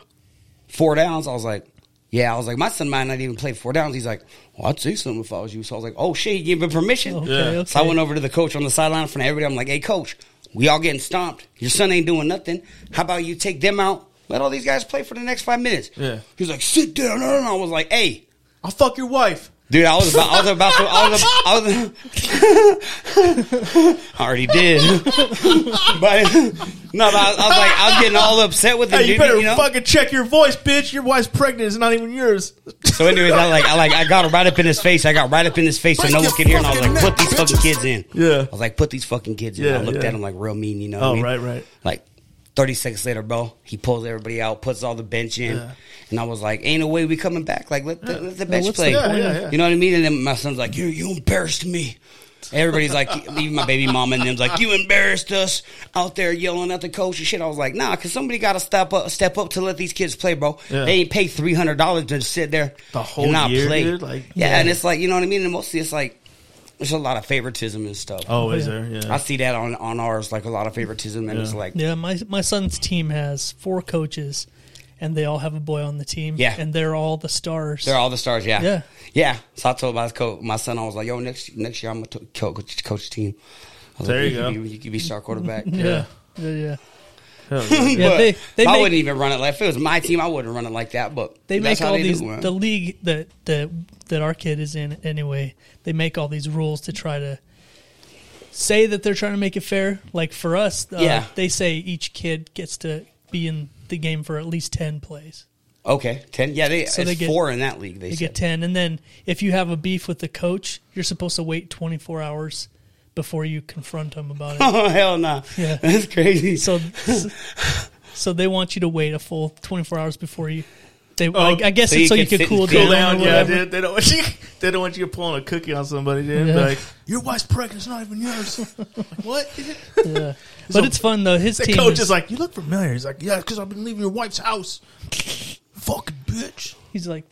four downs. I was like, yeah. I was like, my son might not even play four downs. He's like, well, I'd say something if I was you. So I was like, oh shit, you gave him permission. Okay, Yeah. okay. So I went over to the coach on the sideline in front of everybody. I'm like, hey, coach, we all getting stomped. Your son ain't doing nothing. How about you take them out? Let all these guys play for the next five minutes. Yeah. He's like, sit down. And I was like, hey. I'll fuck your wife. Dude, I was about, I was about to, I was, about, I was, I already did, but no, but I, was- I was like, I was getting all upset with him. Hey, you dude, better know? fucking check your voice, bitch. Your wife's pregnant. It's not even yours. So, anyways, I like, I like, I got right up in his face. I got right up in his face, so no one could hear. And I was like, "Put these fucking kids in." Yeah. I was like, "Put these fucking kids in." Yeah, I looked yeah. at him like real mean, you know. what Oh, I mean? right, right. Like thirty seconds later, bro, he pulls everybody out, puts all the bench in, Yeah. and I was like, "Ain't no way we coming back." Like, let the, let the Well, bench what's play. the Yeah, point yeah, of- yeah. You know what I mean? And then my son's like, "You, you embarrassed me." Everybody's like, even my baby mama and them's like, "You embarrassed us out there yelling at the coach and shit." I was like, "Nah, because somebody got to step up, step up to let these kids play, bro. Yeah. They ain't pay three hundred dollars to sit there The whole and not year, play. dude, like- yeah, Yeah. and it's like you know what I mean. And mostly it's like there's a lot of favoritism and stuff. Oh, is yeah. there? Yeah. I see that on on ours, like a lot of favoritism, and it's like Yeah, my my son's team has four coaches, and they all have a boy on the team. Yeah. and they're all the stars. They're all the stars, yeah. Yeah. Yeah. So I told my coach, my son, I was like, yo, next next year I'm going to coach, coach team. I was There like, you could go. Be, you could be star quarterback. yeah, yeah, yeah. Hell yeah. Yeah, But they they I make, wouldn't even run it like if it was my team, I wouldn't run it like that. But they that's make how all they these do, man. the league that that that our kid is in anyway. They make all these rules to try to say that they're trying to make it fair. Like for us, uh, Yeah. they say each kid gets to be in the game for at least ten plays. okay, ten. Yeah, they, So it's they get- four in that league. They, They said. get ten, and then if you have a beef with the coach, you're supposed to wait twenty four hours before you confront him about it. Oh hell no! Yeah. that's crazy. so, so they want you to wait a full twenty four hours before you. They, I, I guess Oh, so it's you so can you can sit and cool cool down. Cool or down, yeah. They, whatever. they don't want you. They don't want you pulling a cookie on somebody. Then Yeah. like your wife's pregnant. It's not even yours. like, what? Yeah. But it's fun though. His The team coach is, is like, you look familiar. He's like, yeah, because I've been leaving your wife's house. Fucking bitch. he's like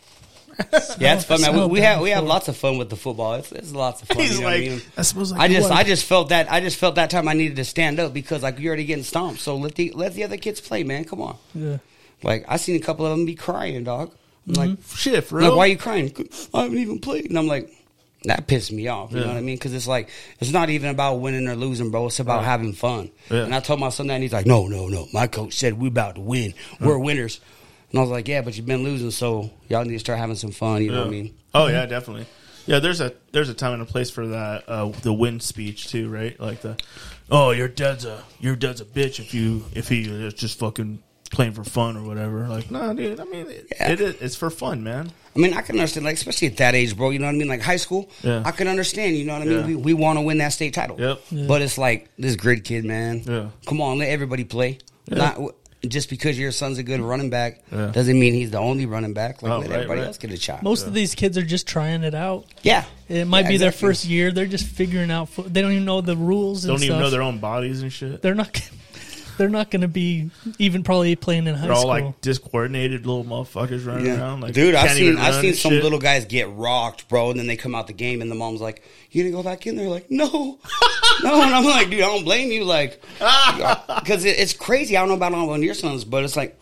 yeah, it's fun, man. We, smell we have bad we have before. lots of fun with the football. It's, it's lots of fun. He's you know like, what I mean? I suppose like I just what? I just felt that I just felt that time I needed to stand up because like you're already getting stomped. So let the let the other kids play, man. Come on. yeah. Like I seen a couple of them be crying, dog. I'm Mm-hmm. like, shit, for I'm real. like, why are you crying? I haven't even played, and I'm like, that pissed me off. You know Yeah. what I mean? Because it's like it's not even about winning or losing, bro. It's about having fun. Yeah. And I told my son that, and he's like, no, no, no. My coach said we about to win. We're winners. And I was like, yeah, but you've been losing, so y'all need to start having some fun. You know what I Yeah. mean? Oh yeah, definitely. Yeah, there's a there's a time and a place for that uh, the win speech too, right? Like the oh your dad's a your dad's a bitch if you if he is just fucking playing for fun or whatever. Like no, dude. I mean, it, Yeah. it is it's for fun, man. I mean, I can understand, like, especially at that age, bro. You know what I mean? Like high school, Yeah. I can understand. You know what I mean? Yeah. We, we want to win that state title. Yep. Yeah. But it's like this grid kid, man. Yeah. Come on, let everybody play. Not just because your son's a good running back Yeah. doesn't mean he's the only running back. Like Oh, let right, everybody right. else get a shot. Most of these kids are just trying it out. yeah. It might Yeah, be their exactly. first year. They're just figuring out. Fo- they don't even know the rules. And Don't even stuff. know their own bodies and shit. They're not. They're not going to be even probably playing in high They're all school. like discoordinated little motherfuckers running Yeah. around. Like, Dude, I've can't even seen I've run seen and some shit. little guys get rocked, bro, and then they come out the game and the mom's like, You gonna go back in there? Like, no. no, and I'm like, dude, I don't blame you, like because it, it's crazy. I don't know about all on your sons, but it's like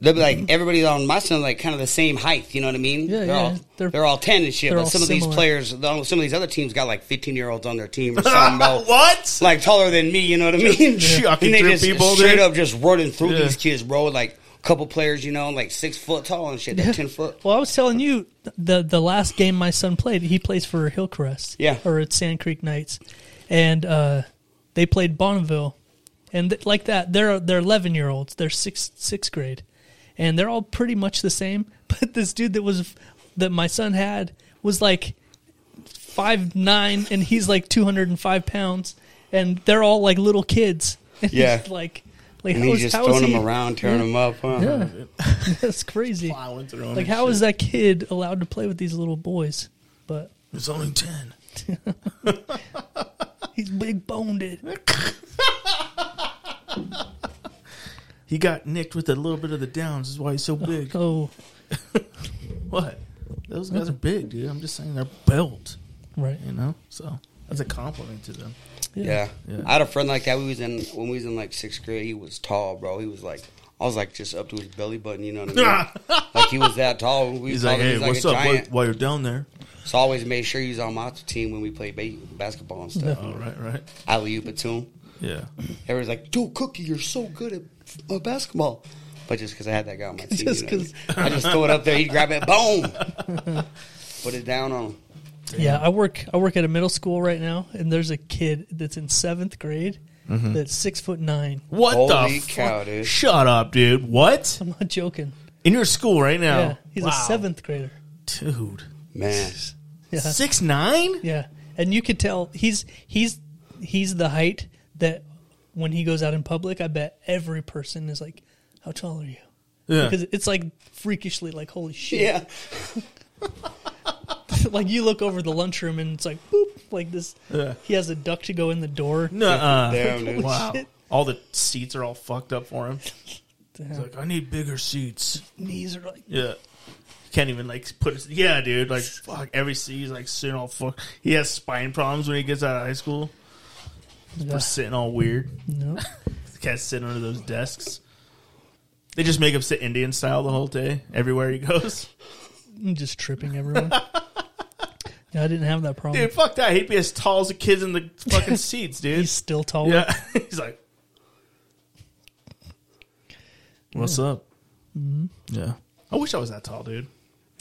they'll be Mm-hmm. like everybody's on my son like kind of the same height, you know what I mean? Yeah, they're yeah. All, they're, They're- all ten and shit. they're But all some of these similar. players some of these other teams got like fifteen year olds on their team or something, bro. what? like taller than me, you know what I mean? Chucking and they through just people, straight dude. up just running through Yeah. these kids, bro. Like a couple players, you know, like six foot tall and shit, that ten foot. Well, I was telling you th- the the last game my son played, he plays for Hillcrest. Yeah. Or at Sand Creek Knights. And uh, they played Bonneville. And th- like that, they're they're eleven year olds. They're sixth sixth grade. And they're all pretty much the same. But this dude that was that my son had was like five nine and he's like two hundred and five pounds and they're all like little kids. And he's Yeah. like like And how he's is- just how is throwing he- them around, tearing them up. Huh? Yeah. That's crazy. Plowing through 'em Like, and how shit. is that kid allowed to play with these little boys? But It's only ten. he's big boned. It. He got nicked with a little bit of the downs. Is why he's so big. Oh, What? Those guys are big, dude. I'm just saying they're built, right. you know? So that's a compliment to them. Yeah. Yeah. I had a friend like that. We was in when we was in like sixth grade. He was tall, bro. He was like. I was like just up to his belly button, you know what I mean? like he was that tall. We He's called like, him- hey, what's a up? While, giant. while you're down there. So I always made sure he was on my team when we played ba- basketball and stuff. All Oh, right, right. Alley oop it to him. Yeah. Everybody's like, dude, Cookie, you're so good at uh, basketball. But just because I had that guy on my team, Just you know what I, mean? I just throw it up there, he'd grab it, boom, put it down on him. Yeah, I work. I work at a middle school right now, and there's a kid that's in seventh grade Mm-hmm. that's six foot nine. What Holy the fuck? cow, dude. Shut up, dude. What? I'm not joking. In your school right now. Yeah, he's a Oh, Wow. seventh grader. Dude. Man, Yeah, Six nine? yeah, and you could tell he's he's he's the height that when he goes out in public, I bet every person is like, "How tall are you?" Yeah. Because it's like freakishly like, "Holy shit!" yeah, like you look over the lunchroom and it's like boop, like this. Yeah. He has a duck to go in the door. Nuh-uh. damn, dude. Wow. Shit. All the seats are all fucked up for him. Damn. He's like, I need bigger seats. Knees are like Yeah. Can't even like put his yeah, dude. Like fuck, every seat he's like sitting all fuck. He has spine problems when he gets out of high school. yeah, Just sitting all weird. no. Can't sit under those desks. They just make him sit Indian style the whole day, everywhere he goes. I'm just tripping everyone. Yeah, I didn't have that problem. Dude, fuck that. He'd be as tall as the kids in the fucking seats, dude. He's still taller. yeah. He's like, what's up? Yeah. Hmm. Mm-hmm. I wish I was that tall, dude.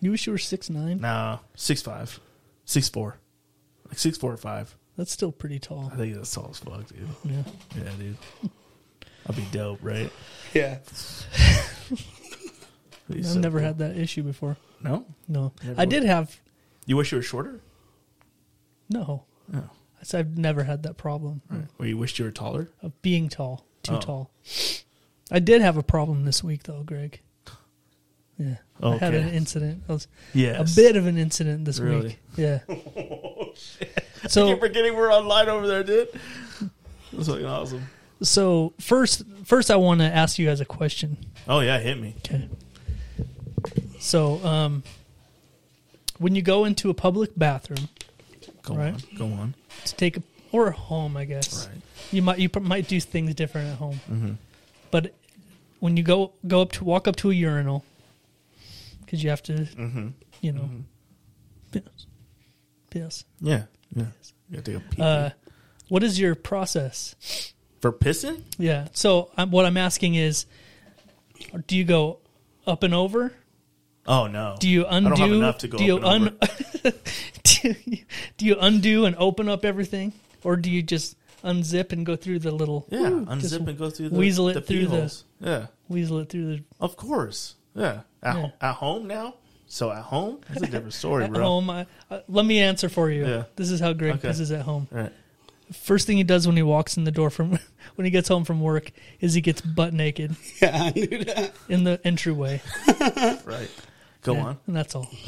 You wish you were six nine. Nah, six five, six four, like six four or five. That's still pretty tall. I think that's tall as fuck, dude. Yeah. Yeah, dude. I'd be dope, right? Yeah. I've I've never had that issue before. No, No, Never I did have you wish you were shorter. no. Oh. I said I've never had that problem Or you wished you were taller. of being tall, too Oh. tall. I did have a problem this week though, Greg. Yeah, I had Okay. an incident. I was Yes. a bit of an incident this Really? Oh, week. Yeah. I So keep forgetting we're online over there, dude. That's fucking awesome. so first first I want to ask you guys a question. Oh yeah, hit me. Okay. So um, when you go into a public bathroom Go Right. on. Go on. to take a, or home, I guess. Right. Mm-hmm. you might you pr- might do things different at home. But when you go go up to walk up to a urinal, because you have to, Mm-hmm. you know, piss, piss. Yeah. Yeah. You gotta take a pee. Uh, what is your process? For pissing? Yeah. So um, what I'm asking is, do you go up and over? Oh no. Do you undo? I don't have enough to go. do you up and un- over. do, you, do you undo and open up everything, or do you just unzip and go through the little Yeah, just unzip and go through the weasel it the through pee the- holes. Yeah, weasel it through the of course. Yeah, at, Yeah. ho- at home now. So at home, it's a different story, at bro. home. I, uh, let me answer for you. Yeah. This is how Greg Okay. pisses at home. All right. First thing he does when he walks in the door from when he gets home from work is he gets butt naked I knew that. in the entryway. Right. Go on. And that's all.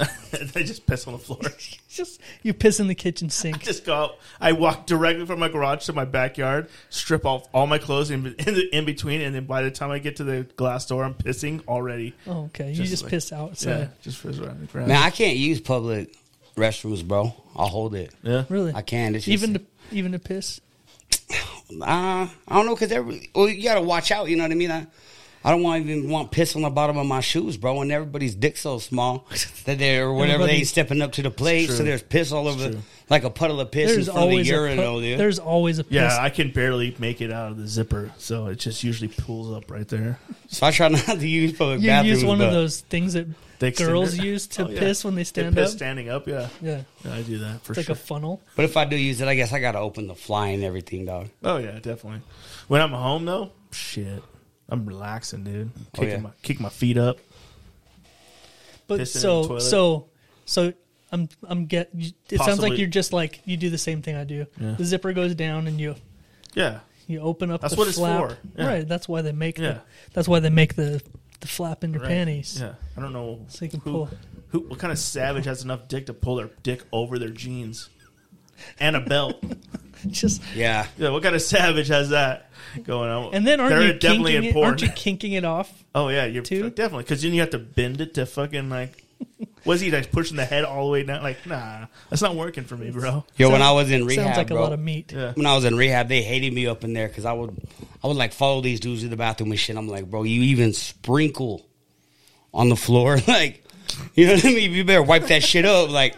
I just piss on the floor. It's just you piss in the kitchen sink. just go out. I walk directly from my garage to my backyard, strip off all my clothes in, in, the, in between, and then by the time I get to the glass door, I'm pissing already. Oh, okay. You Just just, like- piss outside. yeah, just piss around the ground. Man, I can't use public restrooms, bro. I'll hold it. yeah. Really? I can. It's just, Even to even to piss. uh, I don't know because every well, you gotta watch out. You know what I mean? I, I don't want even want piss on the bottom of my shoes, bro. And everybody's dick so small that they're or whatever they ain't Everybody's- stepping up to the plate, so true. there's piss all over, like a puddle of piss There's in front of the always a urinal, pu- dude. there's always a piss. Yeah, I can barely make it out of the zipper, so it just usually pulls up right there. So I try not to use public you bathrooms. use one but of those things that They extend girls it. use to Oh, yeah. piss when they stand piss up. standing up, yeah. yeah. Yeah, I do that for It's like sure. a funnel. But if I do use it, I guess I gotta open the fly and everything, dog. oh yeah, definitely. When I'm home though, shit, I'm relaxing, dude. Oh, Kicking yeah. my kick my feet up. But Piss in the so toilet. so so I'm I'm get. It sounds Possibly- like you're just like you do the same thing I do. Yeah. The zipper goes down and you Yeah, you open up. That's the what it's flap. for, yeah. Right. That's why they make. Yeah. The, that's why they make the the flap in your Right. panties. Yeah, I don't know So you can who, pull. who. What kind of savage has enough dick to pull their dick over their jeans and a belt? Just Yeah. yeah, what kind of savage has that going on? and then aren't They're you kinking it, aren't you kinking it off? oh yeah, you're too? definitely because then you have to bend it to fucking like. Was he like pushing the head all the way down? Like, nah, that's not working for me, bro. Yo, when Sounds- I was in rehab, sounds like bro, a lot of meat. Yeah. when I was in rehab, they hated me up in there because I would, I would like follow these dudes to the bathroom and shit. I'm like, bro, you even sprinkle on the floor, like, you know what I mean? You better wipe that shit up, like.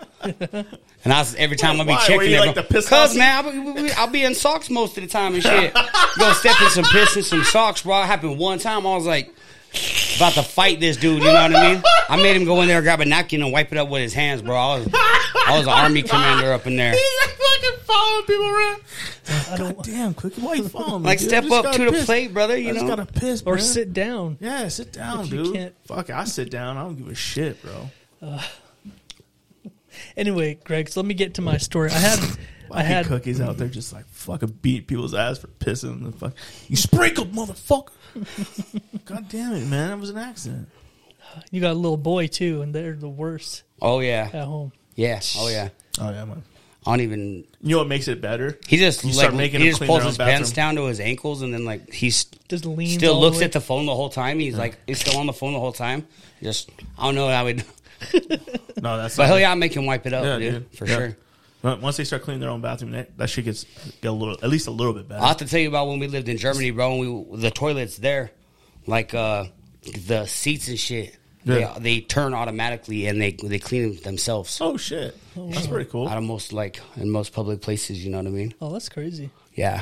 And I was, every time I'd be Why? Were checking you it, like bro, the piss cause off? man, I'll be, I'll be in socks most of the time and shit. Go step in some piss and some socks, bro. It happened one time. I was like. About to fight this dude, you know what I mean? I made him go in there, grab a napkin, and wipe it up with his hands, bro. I was, I was an army commander up in there. fucking following people around. I don't Damn, quick, why you following me? Like dude? I step just up gotta to the piss. plate, brother. I You just know, gotta piss, or man. sit down. Yeah, sit down, you dude. can't- Fuck, I sit down. I don't give a shit, bro. Anyway, Greg, so let me get to my story. I had I I had cookies out there just like fucking beat people's ass for pissing. The fuck, you sprinkled, motherfucker. God damn it, man! That was an accident. you got a little boy too, and they're the worst oh yeah, at home. yeah, oh yeah. Oh yeah, man. I don't even. You know what makes it better? He just You like start making he them just clean pulls their own his pants bathroom. down to his ankles, and then like he's Just leans still all looks the way- at the phone the whole time. He's like he's still on the phone the whole time. Just I don't know what I would, No, that's but not hell yeah, I make him wipe it up, Yeah, dude, dude. for Yeah. sure. But Once they start cleaning their own bathroom, that, that shit gets get a little, at least a little bit better. I have to tell you about when we lived in Germany, bro. And we the toilets there, like uh, the seats and shit. Yeah. They, they turn automatically and they they clean themselves. Oh shit, that's pretty cool. Out of most like in most public places, you know what I mean? Oh, that's crazy. Yeah,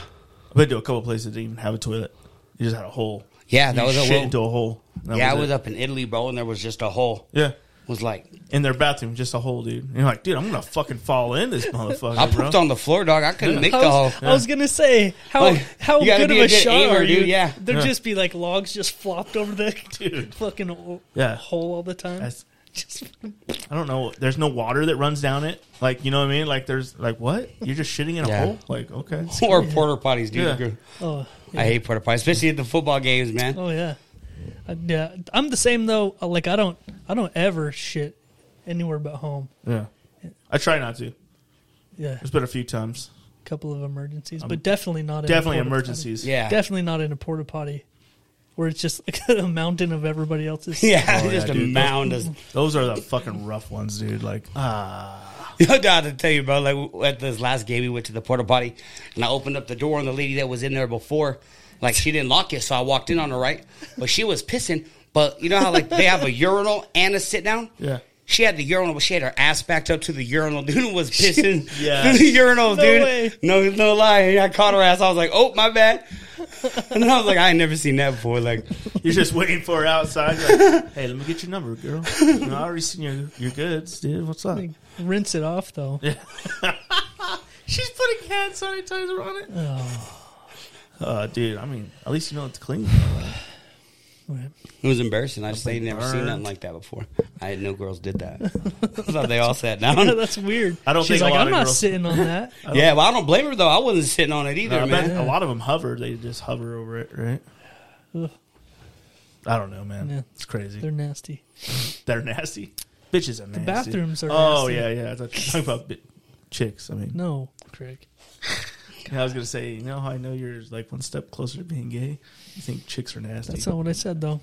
I've been to a couple places that didn't even have a toilet. You just had a hole. yeah. That you was a shit little, into a hole. That yeah. I it. was up in Italy, bro, and there was just a hole. Yeah, Was like in their bathroom, just a hole, dude. And you're like, dude, I'm gonna fucking fall in this motherfucker. I bro. pooped on the floor, dog. I couldn't make I the hole. was, I was gonna say how Like, how Oh. you gotta good of be a, a good shot aimer, are you? dude, yeah. there'd Yeah. just be like logs just flopped over the Dude. fucking o- Yeah. hole all the time. That's- just I don't know. There's no water that runs down it. Like you know what I mean? Like there's like what? You're just shitting in a Yeah. hole? Like okay. Or porter potties, dude. Yeah. oh I hate porter potties, especially at the football games, man. oh yeah, I, yeah. I'm the same though. Uh, Like I don't I don't ever shit anywhere but home. Yeah. I try not to. Yeah, It's been a few times. a couple of emergencies, but definitely not in a Definitely porta potty. emergencies. Yeah, Definitely not in a porta potty where it's just a mountain of everybody else's. yeah. Oh, just yeah, a dude. mound of Those are the fucking rough ones, dude. Like ah. Yo, dog, to tell you, bro. Like at this last game, we went to the porta potty, and I opened up the door, and the lady that was in there before, like she didn't lock it, so I walked in on her right, but she was pissing. But you know how like they have a urinal and a sit down. Yeah. She had the urinal, but she had her ass backed up to the urinal. Dude and was pissing Yeah. through the urinal, No dude. way. No, no lie. And I caught her ass. I was like, "Oh, my bad." And then I was like, "I ain't never seen that before." Like, You're just waiting for her outside. You're like, hey, let me get your number, girl. You know, I already seen your your goods, dude. What's up? Like, rinse it off though. She's putting hand sanitizer on it. Oh. Uh, dude, I mean, at least you know it's clean. Right. it was embarrassing. I just ain't never seen burned. nothing like that before. I didn't know girls did that. I thought they all sat down. Yeah, that's weird. I don't She's think a like, lot I'm of not girls- sitting on that. Yeah, well, I don't blame her though. I wasn't sitting on it either, Oh. I bet man. a lot of them hover. They just hover over it, right? Ugh. I don't know, man. Yeah. It's crazy. They're They're, nasty. nasty. Bitches are nasty. bathrooms are Oh nasty. yeah, yeah. I thought you were talking about bi- chicks. I mean, No, Craig. I was gonna say, you know how I know you're like one step closer to being gay. You think chicks are nasty? That's not what I said though.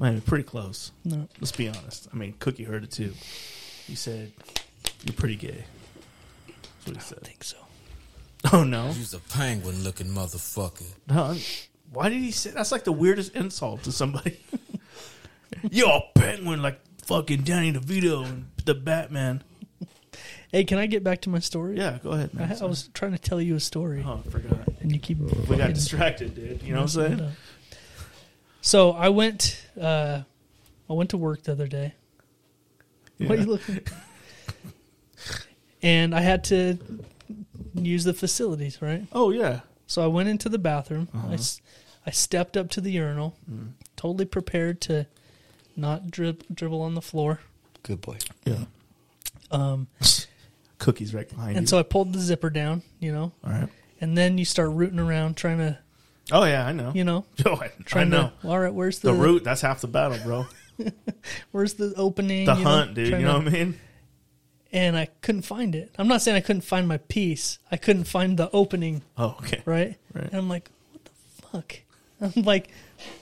I mean, pretty close. No. Let's be honest. I mean, Cookie heard it too. You said you're pretty gay. That's what he I said. think so. Oh no. You's a penguin looking motherfucker. No, I'm- why did he say that's like the weirdest insult to somebody? You're a penguin like fucking Danny DeVito and the Batman. Hey, can I get back to my story? Yeah, go ahead, I, man. I was trying to tell you a story, Oh, I forgot. and you keep. We got distracted, dude. You know what I'm saying? So I went. Uh, I went to work the other day. What are you looking? and I had to use the facilities, right? Oh yeah. So I went into the bathroom. Uh-huh. I s I I, stepped up to the urinal, Mm. totally prepared to not drib- dribble on the floor. Good boy. Yeah. Um, Cookies right behind and you. so I pulled the zipper down, you know, All right. and then you start rooting around trying to, Oh yeah, I know. you know, Oh, I, I trying know. to. All right, where's the, The root, that's half the battle, bro. Where's the opening? The you know, hunt, dude. You trying know to- what I mean? And I couldn't find it. I'm not saying I couldn't find my piece. I couldn't find the opening, Oh, okay. right? Right. And I'm like, what the fuck? I'm like,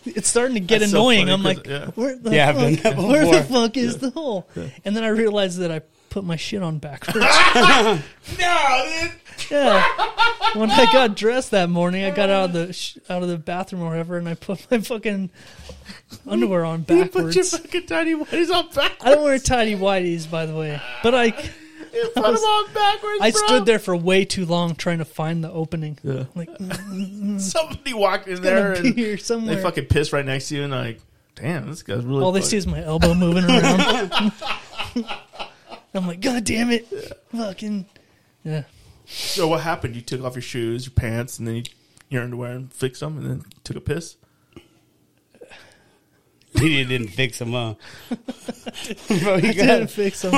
it's starting to get That's so annoying. funny I'm 'cause- like, yeah. where the Yeah, I've done fuck, that where the before. fuck is the hole? And then I realized that I put my shit on backwards. No, Yeah. When I got dressed that morning, I got out of the sh- out of the bathroom or whatever, and I put my fucking underwear on Put your backwards. fucking tiny whities on backwards. I don't wear tidy whities, by the way, but I Put them on backwards, I bro. stood there for way too long trying to find the opening. Like "Mm, Somebody walked in there gotta be and here somewhere. They fucking piss right next to you and like, damn, this guy's really. All they fuck- see is my elbow moving around. I'm like, God damn it, fucking yeah. so what happened? You took off your shoes, your pants, and then you, your underwear and fixed them, and then took a piss. he didn't fix him up. Bro, you got- Didn't fix 'em.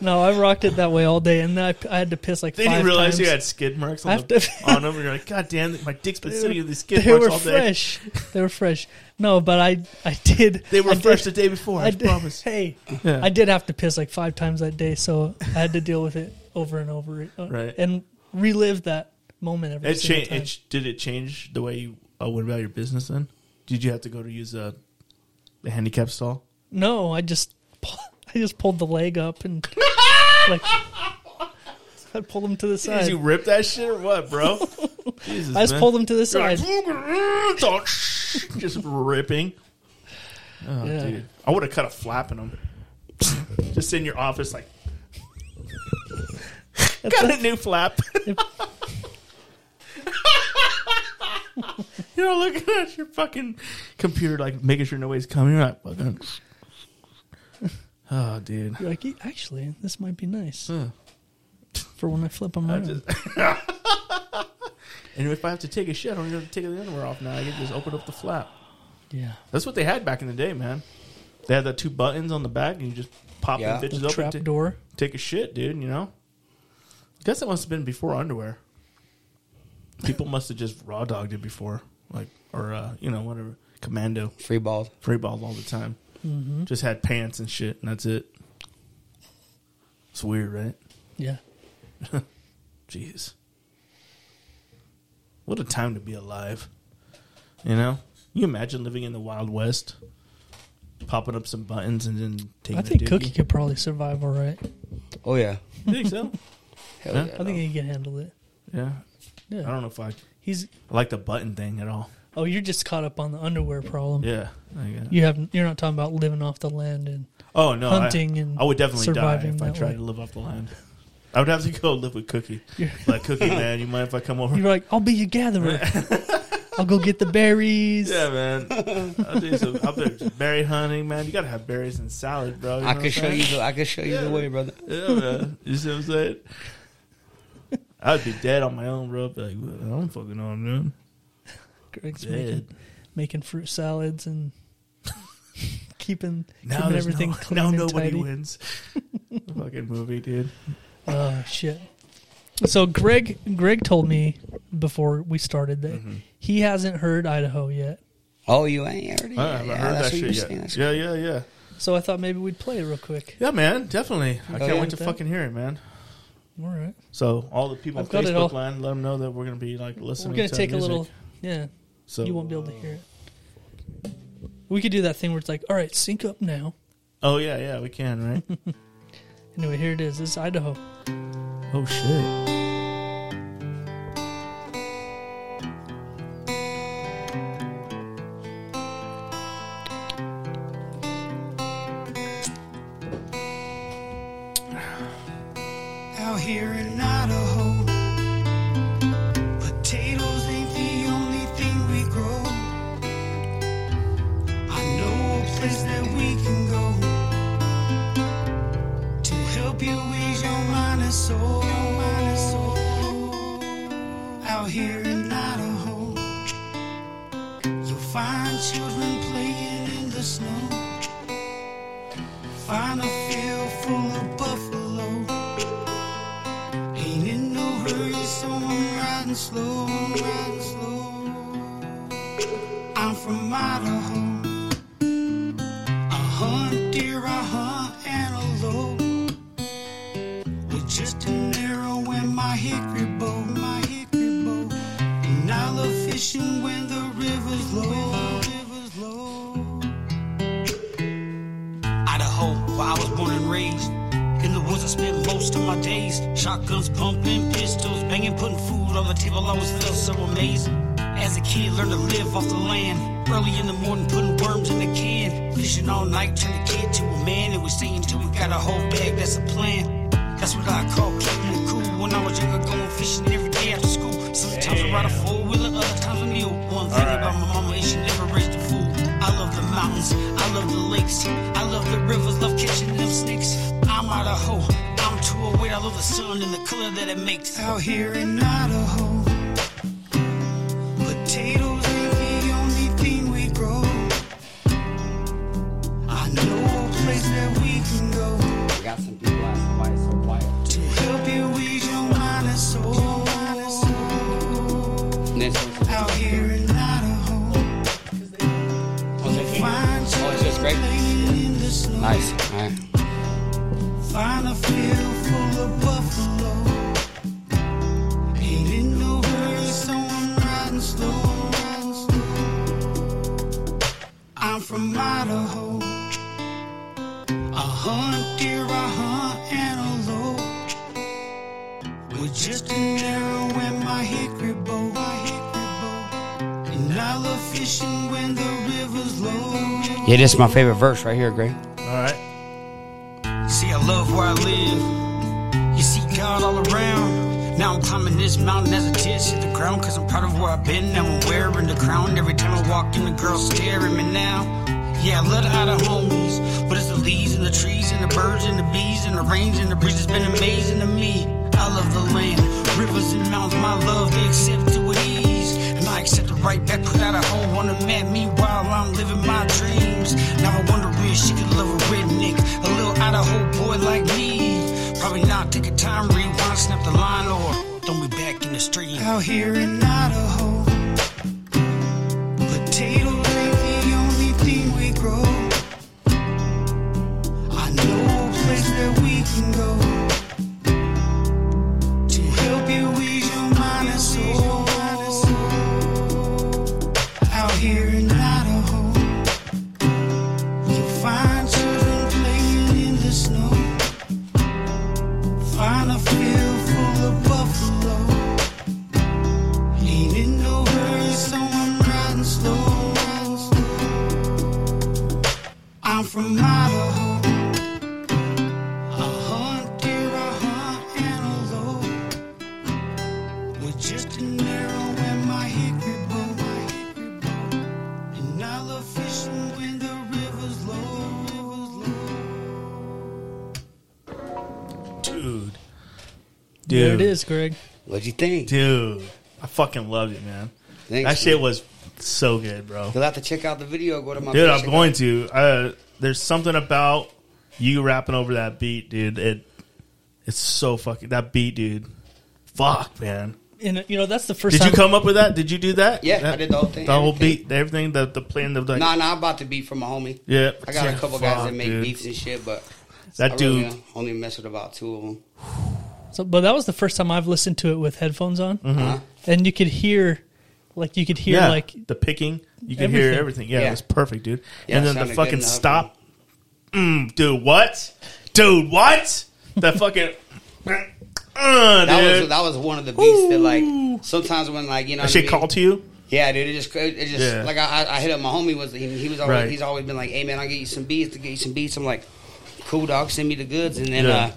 No, I rocked it that way all day, and then I, I had to piss like. Then five you realize times. you had skid marks on, I've the, to- on them. And you're like, God damn, my dick's been sitting in these skid they marks were all day. fresh. They were fresh. No, but I I did. They were I fresh Did, the day before. I, I did, promise. Hey, Yeah. I did have to piss like five times that day, so I had to deal with it over and over, it- uh, Right. And relive that moment every It single changed. time. It, ch- did it change the way you uh, went about your business? Then did you have to go to use a, a handicap stall? no, I just pu- I just pulled the leg up and like I pulled him to the Did side. you rip that shit or what, bro? Jesus, I just man. pulled him to the You're side. like, just ripping. Oh, Yeah. dude. I would have cut a flap in them. Just in your office, like, got a new flap. you know, looking at your fucking computer, like making sure nobody's coming. You're like, fucking. Oh, dude. You're like, "E- actually, this might be nice Huh. for when I flip them I around. just. and if I have to take a shit, I don't even have to take the underwear off now. I can just open up the flap. yeah, That's what they had back in the day, man. They had the two buttons on the back, and you just pop Yeah. the bitches the open. trap to- door. take a shit, dude. You know, guess that must have been before underwear. People must have just raw dogged it before, like or uh, you know whatever commando Free balls. free balls all the time. Mm-hmm. Just had pants and shit, and that's it. It's weird, right? Yeah, Jeez, what a time to be alive. You know, you imagine living in the Wild West, popping up some buttons and then taking. I a think dookie. Cookie could probably survive all right. Oh yeah. You think so? Hell Huh? yeah. I think he can handle it. yeah, Oh. I Yeah, don't know if I, he's. I like the button thing at all. Oh, you're just caught up on the underwear problem. Yeah. I get it. You have. You're not talking about living off the land and Oh no, I- hunting and I, would definitely die surviving if I that tried way. to live off the land. I would have to go live with Cookie. Yeah. Like Cookie, man, you mind if I come over? you're like, I'll be your gatherer. I'll go get the berries. Yeah, man. I'll do some. I'll do some berry hunting, man. You gotta have berries and salad, bro. know I what I'm could show saying? you. The, I could show you the way, brother. Yeah, man. You see what I'm saying? I'd be dead on my own, bro. Be like, "Well, I don't fucking know, man. Greg's Dead. making, making fruit salads and keeping Now keeping there's everything no, clean now and nobody tidy. wins. fucking movie, dude. Oh shit! So Greg, Greg told me before we started that he hasn't heard Idaho yet. Oh, you ain't already. I haven't heard that what you were shit saying. yet. That's- Yeah, yeah, yeah. So I thought maybe we'd play it real quick. Yeah, man, definitely. I can't yeah. wait to fucking hear it, man. All right, So all the people I've on got it all. Facebook line, let them know that we're gonna be like listening. we're gonna to take music. a little. Yeah, So you won't be able to hear it. We could do that thing where it's like, all right, sync up now. Oh yeah, yeah, we can, right? Anyway, here it is. This is Idaho. oh shit. out here in Idaho. Potatoes ain't the only thing we grow. I know a place that we can go to help you ease your mind and soul. Your mind and soul. Out here in Idaho, you'll find children playing in the snow. Find a field full of buffalo. Ain't in no hurry, so I'm riding slow, I'm riding slow. I'm from Idaho. I hunt deer, I hunt antelope. With just an arrow and my hickory bow, my hickory bow. And I love fishing when the river's low, river's low. Idaho, where I was born and raised. In the woods, I spent most of my days. Shotguns pumping, pistols banging, putting food on the table. I always felt so amazing. As a kid, learned to live off the land. Early in the morning, putting worms in the can. Fishing all night, turned a kid to a man. And we stay until we got a whole bag, that's a plan. That's what I call keeping it cool. When I was younger, going fishing every day after school. Sometimes I ride a four wheeler, other times a mule. One thing about my mama is she never raised a fool. I love the mountains, I love the lakes, I love the rivers, love catching them snakes. I'm Idaho, I'm too aware. I love the sun and the color that it makes. Out here in Idaho, potatoes ain't the only thing we grow. I know a place that we can go I got some people asking why it's so quiet. to help you ease your mind and soul. Mind and soul. And then some- Out here in Idaho, oh, it's okay. find Oh, it's just great. playing in the snow. Nice. All right. Find a field full of buffalo. Ain't in no hurry, so I'm riding slow. I'm riding slow. I'm from Idaho. I hunt deer, I hunt antelope. With just an arrow and my hickory bow. My hickory bow. And I love fishing fishing when the river's low. Yeah, this is my favorite verse right here, Gray. All right. You see, I love where I live. You see God all around. Now I'm climbing this mountain as a tear hit the ground. Cause I'm proud of where I've been. Now I'm wearing the crown. Every time I walk in, the girls stare at me now. Yeah, I love the Idaho homies. But it's the leaves and the trees and the birds and the bees and the rains and the breeze has been amazing to me. I love the land. Rivers and mountains, my love, they accept it with ease. And I accept it right back without a hole on the map. Meanwhile, I'm living my dreams. Now I wonder if she could love a redneck, a little Idaho boy like me. Probably not take a time, rewind, snap the line, or don't be back in the stream. Out here in Idaho, potatoes ain't the only thing we grow. I know a place where we can go to help you ease your mind and soul. Out here in Idaho, you find children playing in the snow. Find a field full of buffalo. Ain't in no hurry, so I'm riding slow. I'm from Idaho. I hunt deer, I hunt antelope with just an arrow and my hickory bow. My hickory bow. And I love fishing when the river's low. Dude. Dude. There it is, Greg. What'd you think? Dude. I fucking loved it, man. Thanks, that shit man. was so good, bro. You'll have to check out the video. Go to my Dude, page, I'm check going to. Uh, there's something about you rapping over that beat, dude. It it's so fucking that beat, dude. Fuck, man. And uh, you know that's the first Did time. you come up with that? Did you do that? Yeah, That- I did the whole thing, The whole everything. beat, everything, the the plan, the like, Nah, nah, I'm about to beat from my homie. yeah. I got a yeah, couple guys fuck, that make dude. beats and shit, but That I dude, really uh, only mess with about two of them. So, but that was the first time I've listened to it with headphones on, Huh? and you could hear, like you could hear, Mm-hmm. yeah, like the picking, you can everything. hear everything. Yeah, Yeah. it was perfect, dude. Yeah, and it then the sounded fucking good enough. stop, mm, dude. What, dude? What? That fucking, uh, That dude. was that was one of the beats that like sometimes when like you know that what I shit mean? called to you. Yeah, dude, it just it just Yeah. like I, I I hit up my homie was he, he was always Right. he's always been like, hey man, I get you some beats to get you some beats. I'm like, cool dog, send me the goods, and then Yeah. uh,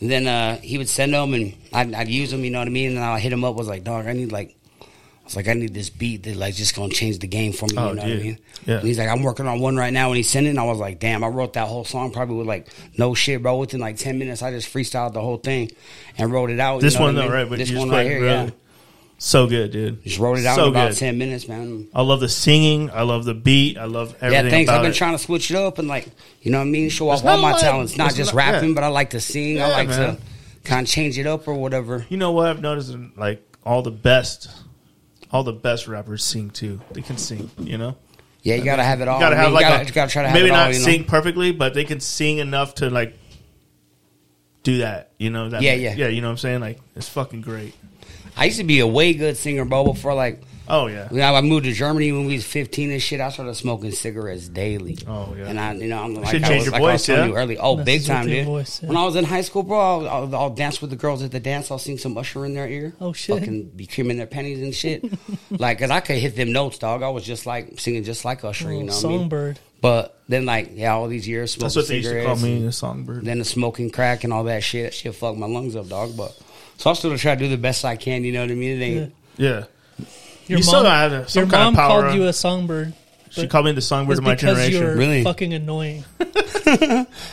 and then uh, he would send them and I'd, I'd use them, you know what I mean? And I hit him up was like, dog, I need like. I was like, I need this beat that like just gonna change the game for me. Oh, you know dude. what I mean? Yeah. And he's like, I'm working on one right now, and he sent it. And I was like, damn, I wrote that whole song probably with like no shit, bro. Within like ten minutes, I just freestyled the whole thing and wrote it out. This you know one what I though, mean? right? But This you just one right played here, really- yeah. So good, dude. Just wrote it out so in about good. ten minutes, man. I love the singing. I love the beat. I love everything. Yeah, thanks. About I've been it. trying to switch it up and like, you know what I mean? Show It's off not all my like- talents, not it's just not- yeah. rapping, but I like to sing. I Yeah, like man. to kind of change it up or whatever. You know what? I've noticed in, like all the best, all the best rappers sing too. They can sing. You know, Yeah, you gotta have it all. you gotta I mean, have like Oh, you gotta, a, you gotta try to have maybe it not all. You know? sing perfectly, but they can sing enough to like do that. You know that? Yeah, yeah. yeah. You know what I'm saying? Like it's fucking great. I used to be a way good singer, bro. Before like, Oh yeah. when I I moved to Germany when we was fifteen and shit, I started smoking cigarettes daily. Oh, yeah. and I, you know, I'm should like, I change was, your like I voice, was telling yeah? you early. Oh, Messes big with time, your dude. voice, yeah. When I was in high school, bro, I'll, I'll, I'll dance with the girls at the dance. I'll sing some Usher in their ear. Oh, shit. Fucking be creaming their panties and shit. like, cause I could hit them notes, dog. I was just like singing just like Usher, you little know. What I mean? songbird. But then, like, yeah, all these years smoking That's what they used to cigarettes, call me, and the songbird. then the smoking crack and all that shit. That shit fucked my lungs up, dog. But so I still try to do the best I can. You know what I mean? It ain't. yeah. Your You still gotta have some your kind of mom power. called you a songbird. She but called me the songbird it's of my because generation. You're Really? fucking annoying.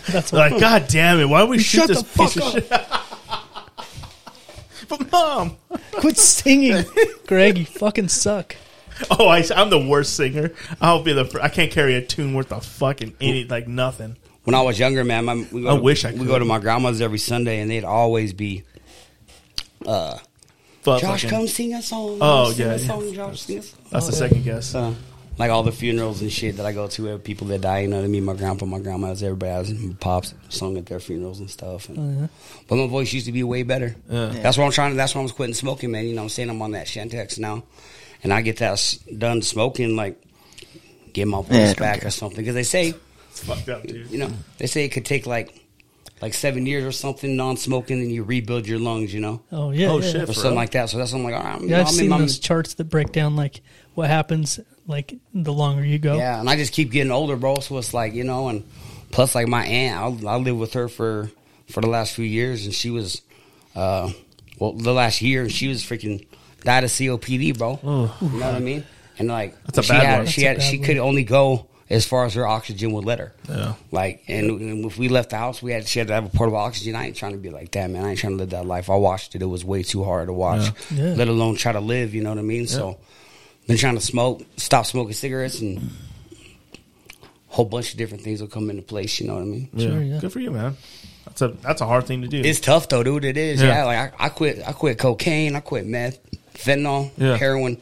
That's why. Like, god damn it! Why don't we shoot shut this the fuck piece of shit? but mom, Quit singing, Greg. You fucking suck. oh, I, I'm the worst singer. I'll be the. fir- I can't carry a tune worth a fucking any like nothing. When I was younger, man, my, we go I to, wish I We could. go to my grandma's every Sunday, and they'd always be, But Josh, fucking- come sing a song. Oh, sing yeah, a yeah. song, Josh, sing a song. That's the second guess. Uh, like all the funerals and shit that I go to, uh, people that die, you know what I mean? My grandpa, my grandma's, everybody else, my pops sung at their funerals and stuff. And, Oh, But my voice used to be way better. That's what I'm trying to, that's why I was quitting smoking, man. You know what I'm saying? I'm on that Shantex now. And I get that s- done smoking, like, get my voice Yeah, I don't back care. or something. Because they say, It's fucked up, dude. you know, they say it could take like, like seven years or something non smoking and you rebuild your lungs, you know? Oh yeah. Oh, yeah. shit. Or For something real? like that. So that's what "Ah, I'm like, all right, I'm, Yeah, I've I'm in seen my those charts that break down like what happens like the longer you go. Yeah, and I just keep getting older, bro. So it's like you know, and plus like my aunt, I, I lived with her for for the last few years, and she was, uh, well, the last year, and she was freaking died of COPD, bro. You know what I mean? And like That's a she bad had, one. she That's had, a she bad could only go as far as her oxygen would let her. Yeah. Like, and, and if we left the house, we had she had to have a portable oxygen. I ain't trying to be like that, man. I ain't trying to live that life. I watched it; it was way too hard to watch, Yeah. Yeah. let alone try to live. You know what I mean? So, been trying to smoke, stop smoking cigarettes, and whole bunch of different things will come into place. You know what I mean? Yeah. Sure, yeah. Good for you, man. That's a that's a hard thing to do. It's tough though, dude. It is. Yeah. Yeah. like I, I quit. I quit cocaine. I quit meth, fentanyl, Yeah. heroin,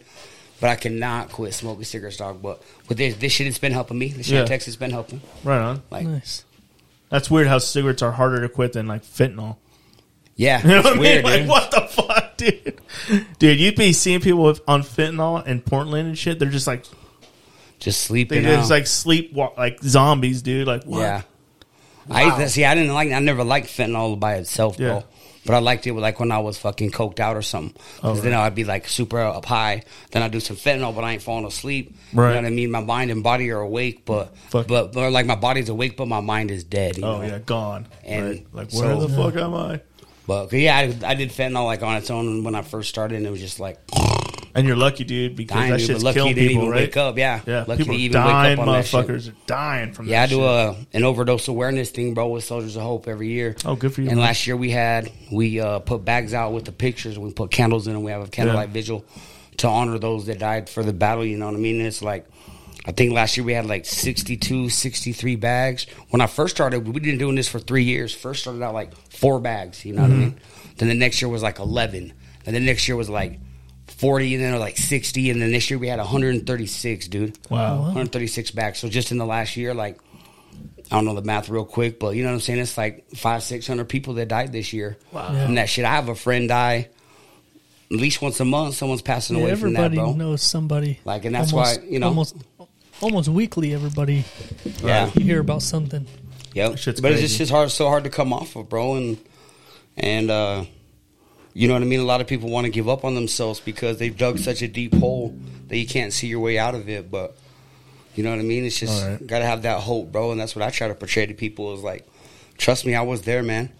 but I cannot quit smoking cigarettes, dog. But with this, this shit, it's been helping me. This shit, Yeah. in Texas, been helping. right on. Like, Nice. That's weird how cigarettes are harder to quit than like fentanyl. yeah, You know what it's I mean? weird, like, dude. what the fuck, dude? Dude, you'd be seeing people with, on fentanyl in Portland and shit. They're just like Just they sleeping. just out. like sleep like zombies, dude. Like what? Yeah. I used to- see. I didn't like. I never liked fentanyl by itself, Yeah. bro. But I liked it with, like when I was fucking coked out or something. Because Oh, then I'd be like super up high. Then I do some fentanyl, but I ain't falling asleep. You Right. know what I mean? My mind and body are awake, but Fuck. but but like my body's awake, but my mind is dead. You Oh know? yeah, gone. And right? Like so- where the fuck am I? But 'cause, yeah, I, I did fentanyl like on its own when I first started, and it was just like And you're lucky, dude, because dying. that Dude, but shit's lucky killing to people, even right? wake up. Yeah, Yeah, Lucky people to are even dying, wake up on that shit. motherfuckers are dying from Yeah, I that. do shit. uh, an overdose awareness thing, bro, with Soldiers of Hope every year. Oh, good for you, And man. last year we had we uh, put bags out with the pictures. We put candles in, and we have a candlelight vigil to honor those that died for the battle. You know what I mean? And it's like. I think last year we had like 62, 63 bags. When I first started, we've been doing this for three years. First started out like four bags, you know Mm-hmm. what I mean? Then the next year was like 11. And the next year was like 40, and then like 60. And then this year we had 136, dude. Wow. Oh. 136 back. So just in the last year, like I don't know the math real quick, but you know what I'm saying? It's like five, six hundred people that died this year. Wow. And that shit. I have a friend die at least once a month. Someone's passing Yeah, away from that, everybody bro. knows somebody. Like, and that's why, you know- almost almost weekly, everybody Yeah. you hear about something. Yep. Shit's but it's crazy. just it's hard, so hard to come off of, bro. And and uh, you know what I mean. A lot of people want to give up on themselves because they've dug such a deep hole that you can't see your way out of it. But you know what I mean. It's just All right. gotta have that hope, bro. And that's what I try to portray to people is like, trust me, I was there, man.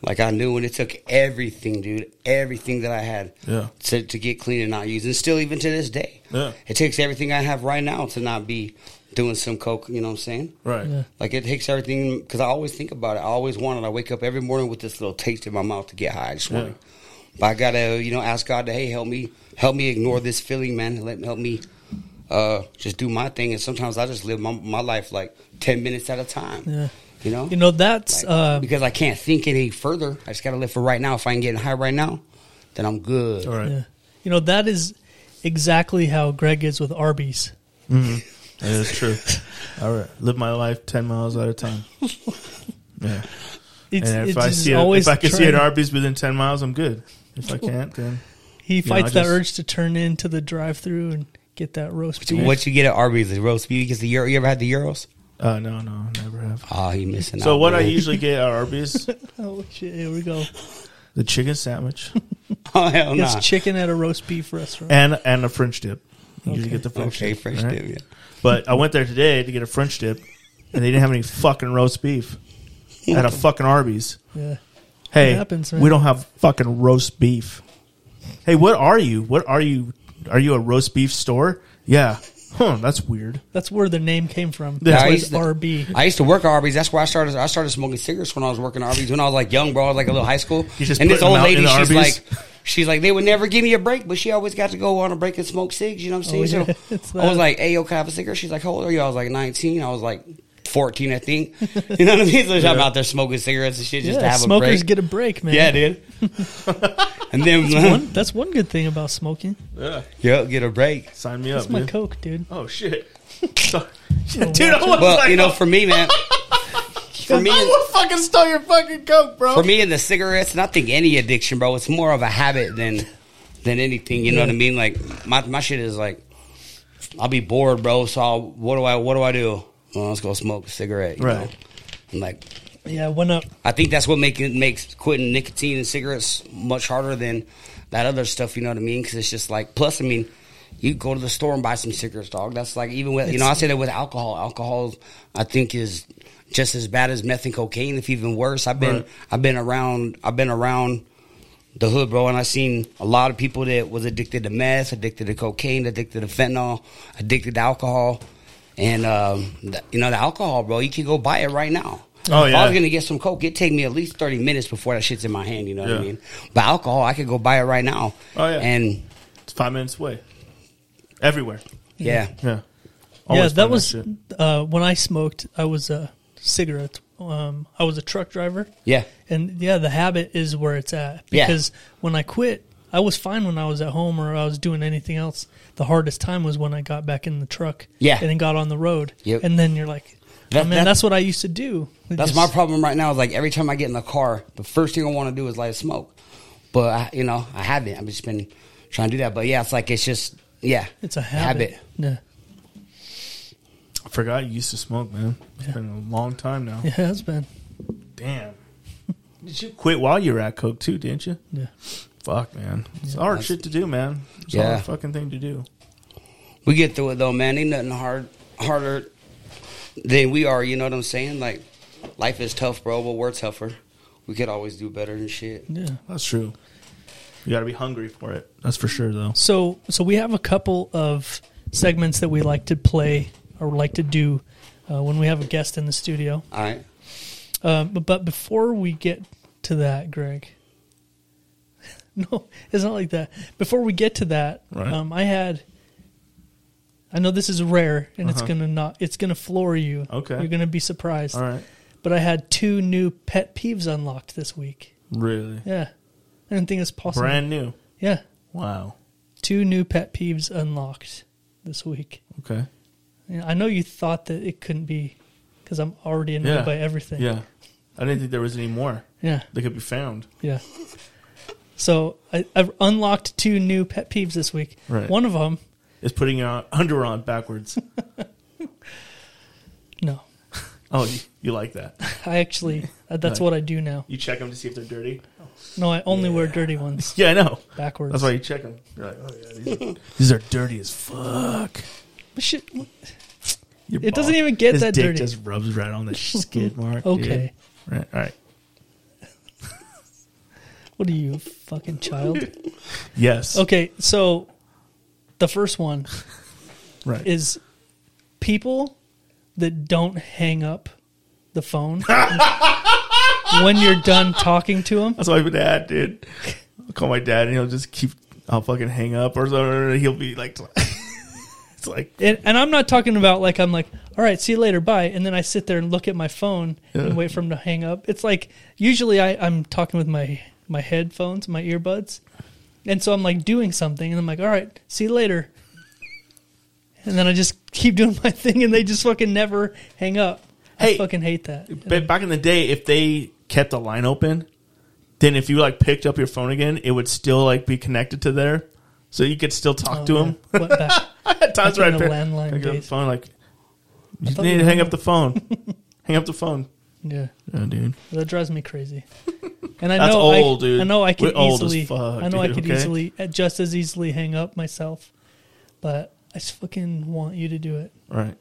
Like I knew, and it took everything, dude, everything that I had Yeah. to, to get clean and not use, and still even to this day, Yeah. it takes everything I have right now to not be doing some coke. You know what I'm saying? Right. Yeah. Like it takes everything because I always think about it. I always want it. I wake up every morning with this little taste in my mouth to get high. I just want Yeah. it. But I gotta, you know, ask God to hey, help me, help me ignore this feeling, man. Let help me, uh, just do my thing. And sometimes I just live my, my life like ten minutes at a time. Yeah. You know, You know that's Like, um, uh, because I can't think any further. I just gotta live for right now. If I ain't getting high right now, then I'm good. All right. yeah. You know that is exactly how Greg is with Arby's. That is true. All right. Live my life ten miles at a time. Yeah. It's, And if it's I just see it, always if I can see trying- an Arby's within ten miles, I'm good. If I can't, then he know, I fights that just- urge to turn into the drive-through and get that roast beef. What you get at Arby's is roast beef because the euro. You ever had the euros? uh, no, no, I never have. Oh, you missing out. So what I man. usually get at Arby's, Oh shit! Here we go. the chicken sandwich Oh hell no. It's chicken at a roast beef restaurant. and and a French dip. You usually Okay. get the French okay, dip. fresh right? dip. Yeah. But I went there today to get a French dip, and they didn't have any fucking roast beef at a fucking Arby's. yeah. Hey, It happens, man. we don't have fucking roast beef. Hey, what are you? What are you? Are you a roast beef store? Yeah. Huh, that's weird. That's where the name came from. Yeah, That's I why used it's to- RB. I used to work at Arby's. That's why I started. I started smoking cigarettes when I was working at Arby's. When I was like young, bro, I was like a little high school. You just and this putting old them out lady, in the she's Arby's? like, she's like, they would never give me a break, but she always got to go on a break and smoke cigs. You know what I'm saying? Oh, yeah. It's So I that. was like, hey, yo, can I have a cigarette? She's like, how old are you? I was like 19. I was like 14, I think. You know what I mean? So I'm out there smoking cigarettes and shit just to Yeah, have smokers a break. get a break, man. yeah, dude. and then One, that's one good thing about smoking. Yeah. yep, get a break. Sign me That's up, my dude. coke, dude. oh shit. Dude, I was Well, like, oh. you know, for me, man. For me, fucking stole your fucking coke, bro. for me and the cigarettes, and I think any addiction, bro, it's more of a habit than than anything. You know what I mean? Like my my shit is like I'll be bored, bro. So I'll, what do I what do I do? Well, let's go smoke a cigarette. you Right. know? And like Yeah, one up. I think that's what make, makes quitting nicotine and cigarettes much harder than that other stuff. You know what I mean? Because it's just like plus, I mean, you go to the store and buy some cigarettes, dog. That's like even with you know I say that with alcohol. Alcohol, I think is just as bad as meth and cocaine, if even worse. I've been Right. I've been around I've been around the hood, bro, and I seen a lot of people that was addicted to meth, addicted to cocaine, addicted to fentanyl, addicted to alcohol, and um, th- you know the alcohol, bro. You can go buy it right now. Oh, If yeah. I was gonna get some coke. It take me at least thirty minutes before that shit's in my hand. You know what Yeah. I mean? But alcohol, I could go buy it right now. Oh, yeah. and It's five minutes away. Everywhere. yeah. Yeah. yeah, Always that find was shit. uh, when I smoked. I was a cigarette. Um, I was a truck driver, Yeah. and yeah, the habit is where it's at. Yeah. Because when I quit, I was fine when I was at home or I was doing anything else. The hardest time was when I got back in the truck, Yeah. and then got on the road. Yep. And then you're like, That- oh, man, that- that's what I used to do. That's Just- my problem right now. Is like every time I get in the car, the first thing I want to do is light a smoke. But I, you know, I haven't. I've just been trying to do that. But yeah, it's like it's just yeah, It's a habit. Yeah, I forgot you used to smoke, man. It's been a long time now. yeah, it has been. Damn. Did you quit while you were at Coke too, didn't you? Yeah. Fuck, man. It's hard shit to do, man. It's a Yeah. hard fucking thing to do. We get through it though, man. Ain't nothing hard harder than we are. You know what I'm saying? Like life is tough, bro, but we're tougher. We could always do better and shit. Yeah. That's true. You got to be hungry for it. That's for sure, though. So, so we have a couple of segments that we like to play or like to do uh, when we have a guest in the studio. All right. Um, but, but before we get to that, Greg, no, it's not like that. Before we get to that, Right. um, I had. I know this is rare, and it's gonna not. It's gonna floor you. Uh-huh. Okay. you're gonna be surprised. All right. But I had two new pet peeves unlocked this week. Really? Yeah, I didn't think it's possible. Brand new. Yeah, Wow. two new pet peeves unlocked this week. Okay. Yeah, I know you thought that it couldn't be because I'm already annoyed Yeah. by everything. Yeah. I didn't think there was any more Yeah. that could be found. Yeah. So I, I've unlocked two new pet peeves this week. Right. One of them, It's putting your under on backwards. no. oh, you, you like that? I actually, uh, that's Right. what I do now. You check them to see if they're dirty. No, I only wear dirty ones Yeah, I know. backwards. That's why you check them. You're like, oh yeah, these are, these are dirty as fuck. But shit, Your It doesn't ball- even get his that dick dirty. Just rubs right on the skid mark. dude. Okay. Right. All right. what are you, a fucking child? Yes. Okay, so the first one Right. is people that don't hang up the phone when you're done talking to them. That's what my dad did. I'll call my dad and he'll just keep. I'll fucking hang up or something. He'll be like, it's like And, and I'm not talking about like I'm like, all right, see you later, bye. And then I sit there and look at my phone Yeah. and wait for him to hang up. It's like usually I, I'm talking with my my headphones, my earbuds, and so I'm like doing something, and I'm like, all right, see you later. And then I just keep doing my thing, and they just fucking never hang up. I Hey. fucking hate that. But back in the day, if they kept the line open, then if you like picked up your phone again, it would still like be connected to there, so you could still talk to him. What back? I had times Oh, Back where in I the picked landline picked up the days. phone like you thought need we to were- hang up the phone, hang up the phone. Yeah, Yeah, dude. that drives me crazy. And I That's know old, I, dude. I know I could We're old as easily. fuck, I know I dude, could okay? easily, uh, just as easily, hang up myself. But I just fucking want you to do it. All right.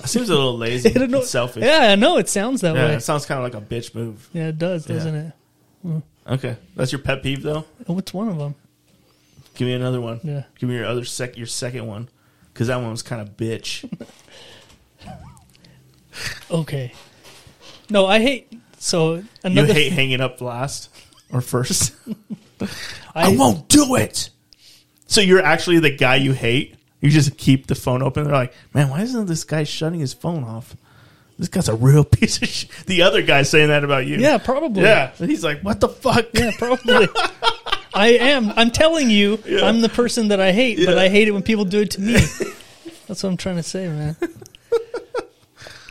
That seems a little lazy, I don't know- and selfish. Yeah, Yeah, I know it sounds that way. it sounds kind of like a bitch move. Yeah, it does, Yeah. doesn't it? Okay, that's your pet peeve though. And What's one of them? Give me another one. Yeah. Give me your other sec your second one, because that one was kind of bitch. Okay. No, I hate. So you another. hate hanging up last or first. I, won't do it. So you're actually the guy you hate. You just keep the phone open. They're like, man, why isn't this guy shutting his phone off? This guy's a real piece of shit. The other guy's saying that about you. Yeah, probably. Yeah. And he's like, what the fuck? Yeah, probably. I am. I'm telling you, I'm the person that I hate, but Yeah. I hate it when people do it to me. That's what I'm trying to say, man.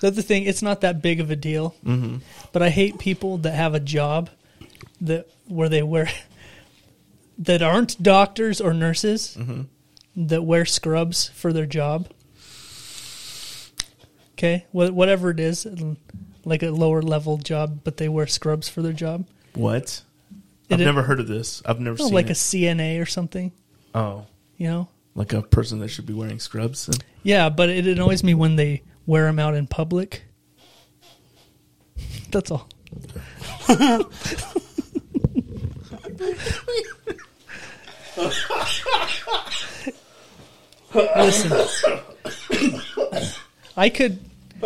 the other thing, it's not that big of a deal, mm-hmm. but I hate people that have a job that where they wear that aren't doctors or nurses that wear scrubs for their job. Okay, Wh- whatever it is, like a lower level job, but they wear scrubs for their job. What? It- I've never heard of this. I've never No, seen Oh, like a it. CNA or something, oh. you know? like a person that should be wearing scrubs. And Yeah, but it annoys me when they wear them out in public. That's all. Listen, I could.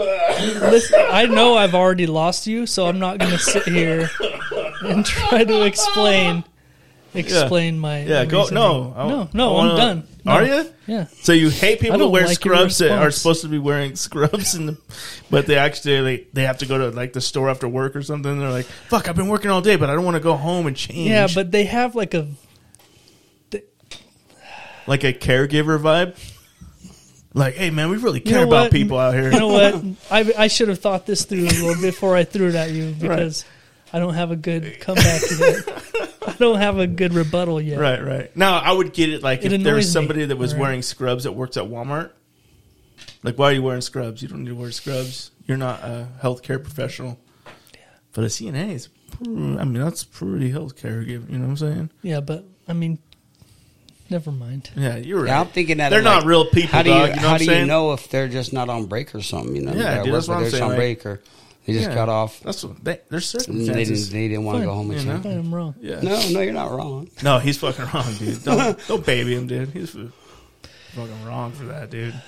Listen, I know I've already lost you, so I'm not going to sit here and try to explain explain my yeah, go reasoning. no, I- no no I I'm wanna- done No. Are you? yeah So you hate people I don't who wear like your scrubs that are response. supposed to be wearing scrubs, and but they actually like, they have to go to like the store after work or something. they're like, "Fuck, I've been working all day, but I don't want to go home and change." yeah but they have like a like a caregiver vibe. Like, hey man, we really care know about what? people out here. you know what? I, I should have thought this through a little before I threw it at you because I don't have a good comeback yet. I don't have a good rebuttal yet. Right, right. Now I would get it like It if there annoys was me. somebody that was Right. wearing scrubs that worked at Walmart. Like, why are you wearing scrubs? You don't need to wear scrubs. You're not a healthcare professional. But a CNA is, pr- I mean, that's pretty healthcare. given- You know what I'm saying? Yeah, but I mean, never mind. Yeah, you're right. Yeah, I'm thinking that they're I'm not like, real people. How do you dog, you know how what I'm do saying? you know if they're just not on break or something? You know, Yeah, They're at dude, that's work, but what I'm they're just saying, on like- break or they just Yeah. got off. That's what they, their and They didn't, circumstances. they didn't want to go home and you know? shit. I'm wrong. Yeah. No, no, you're not wrong. No, he's fucking wrong, dude. Don't don't baby him, dude. He's fu- fucking wrong for that, dude.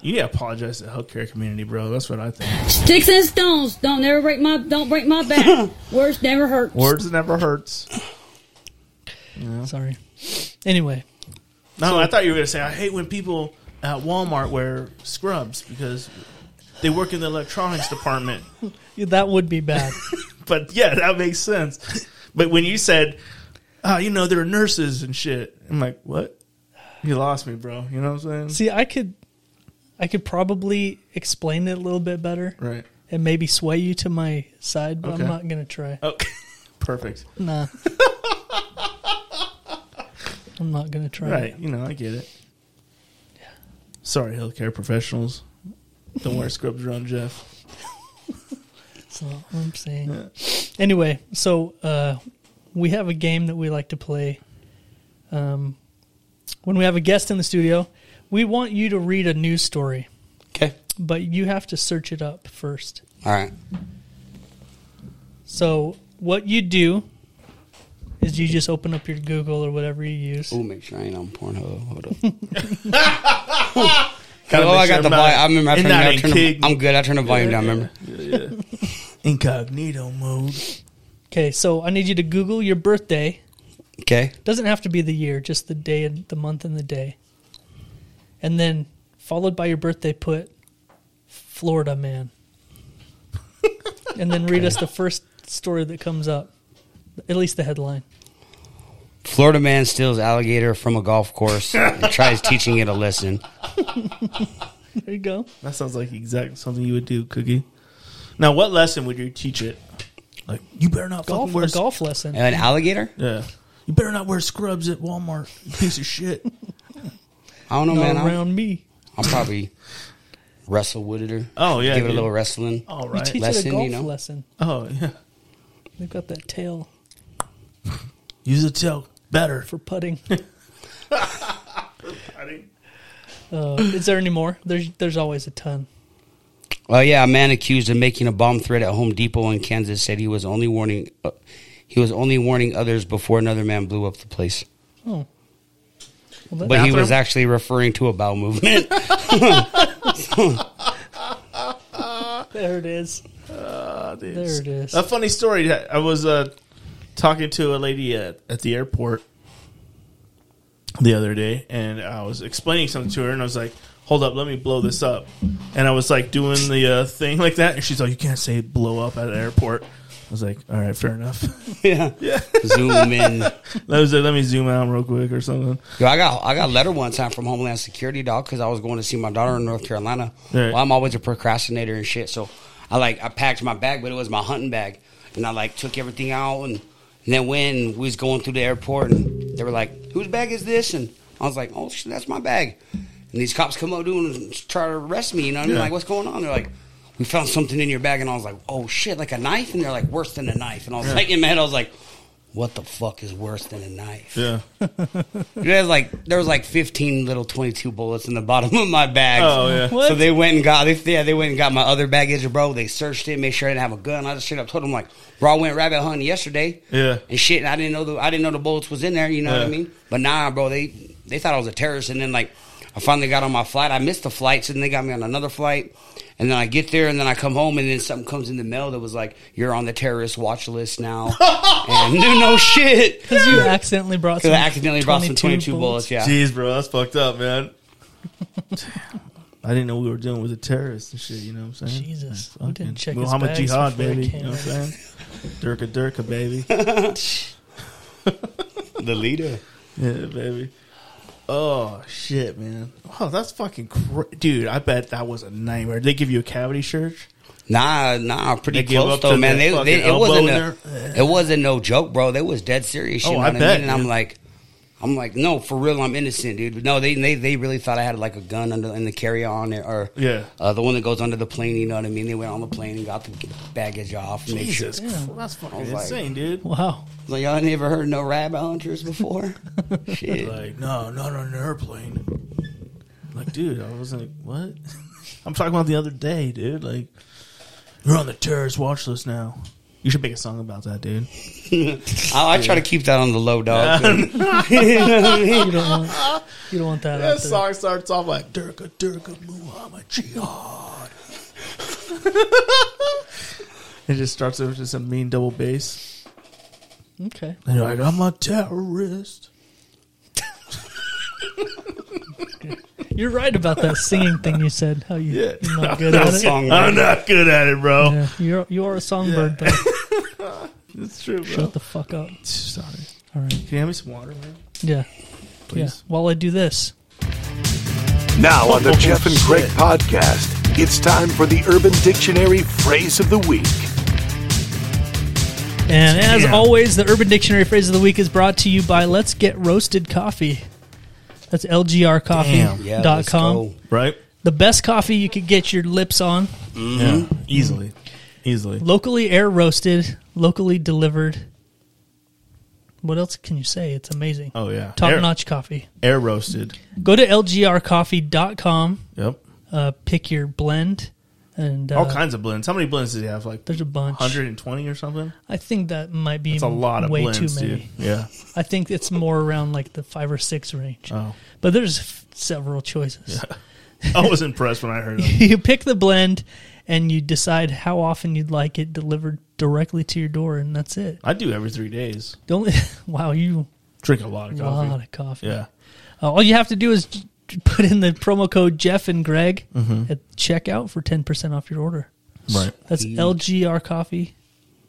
You need to apologize to the healthcare community, bro. That's what I think. Sticks and stones don't never break my don't break my back. Words never hurt. Words never hurts. Sorry. Anyway, No, I thought you were gonna say I hate when people at Walmart wear scrubs because they work in the electronics department. yeah, that would be bad. But yeah, that makes sense. But when you said, "Ah, you know, they're nurses and shit," I'm like, "What? You lost me, bro." You know what I'm saying? See, I could, I could probably explain it a little bit better right. and maybe sway you to my side, but Okay. I'm not gonna try. Oh, perfect. Nah. I'm not gonna try. Right. You know, I get it. Sorry, healthcare professionals. Don't wear scrubs around Jeff. That's not what I'm saying. Anyway, so uh, we have a game that we like to play. Um, when we have a guest in the studio, we want you to read a news story, Okay, but you have to search it up first. all right. So what you do is you just open up your Google or whatever you use. Ooh, make sure I ain't on Pornhub. Hold up. oh, Gotta make I sure got the volume. I'm not- I remember. I and turned, not I in turned kid- the, I'm good. I turned the volume down. Remember? incognito mode. Okay, so I need you to Google your birthday. Okay. Doesn't have to be the year, just the day and the month and the day. And then followed by your birthday put Florida man. and then read us the first story that comes up. At least the headline. Florida man steals alligator from a golf course and tries teaching it a lesson. There you go. That sounds like exactly something you would do, Cookie. Now, what lesson would you teach it? Like, you better not Golf fucking wear a golf lesson. An alligator? Yeah. You better not wear scrubs at Walmart, you piece of shit. I don't know, Not man. I'll, around me. I'll probably wrestle with it or Oh, yeah, give it dude. Oh, a little wrestling. All You right. teach it Lesson, a you know. golf lesson. Oh, yeah. They've got that tail Use a tail better. for putting. I didn't- Uh, is there any more? There's there's always a ton. Oh yeah, a man accused of making a bomb threat at Home Depot in Kansas said he was only warning uh, he was only warning others before another man blew up the place. Oh. Well, that, But he was Bathroom? actually referring to a bowel movement. there it is. Ah, dude. There it is. A funny story. I was uh, talking to a lady at, at the airport the other day, and I was explaining something to her, and I was like, "Hold up, let me blow this up." And I was like doing the uh, thing like that, and she's like, "You can't say blow up at an airport." I was like, "All right, fair enough." yeah. Zoom in. Yo, I was like, "Let me zoom out real quick or something." I got I got a letter one time from Homeland Security dog because I was going to see my daughter in North Carolina. Right. Well, I'm always a procrastinator and shit, so I like I packed my bag, but it was my hunting bag, and I like took everything out and, and then when we was going through the airport and they were like, "Whose bag is this?" and I was like, "Oh shit, that's my bag." And these cops come up doing and try to arrest me. You know what I mean? Yeah. Like, what's going on? They're like, "We found something in your bag," and I was like, "Oh shit, like a knife?" And they're like, "Worse than a knife," and I was like, in my head, I was like. what the fuck is worse than a knife? Yeah. There's like there was like 15 little 22 bullets in the bottom of my bag. Oh, yeah. What? So they went and got they, yeah they went and got my other baggage, bro. They searched it, made sure I didn't have a gun. I just straight up told them like, bro, I went rabbit hunting yesterday. Yeah. And shit, and I didn't know the I didn't know the bullets was in there. You know what I Yeah. mean? But nah, bro, they they thought I was a terrorist, and then like I finally got on my flight. I missed the flight, so then they got me on another flight. And then I get there, and then I come home, and then something comes in the mail that was like, "You're on the terrorist watch list now." and no, no shit. Because you accidentally brought some. Because I accidentally brought some 22 bullets. Yeah. Jeez, bro, that's fucked up, man. I didn't know we were dealing with a terrorist and shit. You know what I'm saying? Jesus, Fucking who didn't check his Muhammad bags Jihad, before he baby. came You know what I'm saying? Durka Durka, baby. The leader. Yeah, baby. Oh shit, man. Oh, that's fucking cra- dude. I bet that was a nightmare. They give you a cavity search. Nah, nah, pretty They give close up though, to man. their They, fucking they, it elbow wasn't in a, it wasn't no joke, bro. They was dead serious. You Oh, know I what I bet, mean? And I'm dude. like, I'm like, no, for real, I'm innocent, dude. No, they they, they really thought I had like a gun under in the carry on or Yeah. uh, the one that goes under the plane. You know what I mean? They went on the plane and got the baggage off. and Make sure. Jesus, Christ, that's fucking was like- insane, dude. Wow. Like y'all ain't never heard of no rabbit hunters before? Shit. Like, no, not on an airplane. Like, dude, I wasn't. What? I'm talking about the other day, dude. Like, you're on the terrorist watch list now. You should make a song about that, dude. I, I try to keep that on the low, dog. You don't want, you don't want that out there. starts off like Durga Durga Muhammad Jihad. it just starts over to some mean double bass. Okay. And you're like, I'm a terrorist. You're right about that singing thing you said. How you, Yeah. you're not good That at it. song, I'm not good at it, bro. Yeah, you're, you're a songbird, but It's true, bro. shut the fuck up. Sorry. All right. Can you have me some water, man? Yeah. Please. Yeah. While I do this, Now on the Oh, Jeff and Greg shit. podcast, it's time for the Urban Dictionary phrase of the week. And as Yeah. always, the Urban Dictionary phrase of the week is brought to you by Let's Get Roasted Coffee. That's lgrcoffee.com. Yeah, let's go. Right? the best coffee you could get your lips on. Yeah. Easily. Easily. Locally air roasted, locally delivered. What else can you say? It's amazing. Oh, yeah. Top Air- notch coffee. Air roasted. Go to lgrcoffee.com, Yep. uh, pick your blend, and uh, All kinds of blends. How many blends does he have? Like There's a bunch. 120 or something? I think that might be It's a lot of way blends, too many. dude. Yeah. I think it's more around like the five or six range. Oh. But there's f- several choices. I was impressed when I heard him. you pick the blend and you decide how often you'd like it delivered directly to your door, and that's it. I do every three days. Don't wow, you Drink a lot of a coffee. lot of coffee. Yeah. Uh, all you have to do is j- j- put in the promo code Jeff and Greg Mm-hmm. at checkout for ten percent off your order. Right. That's LGR Coffee.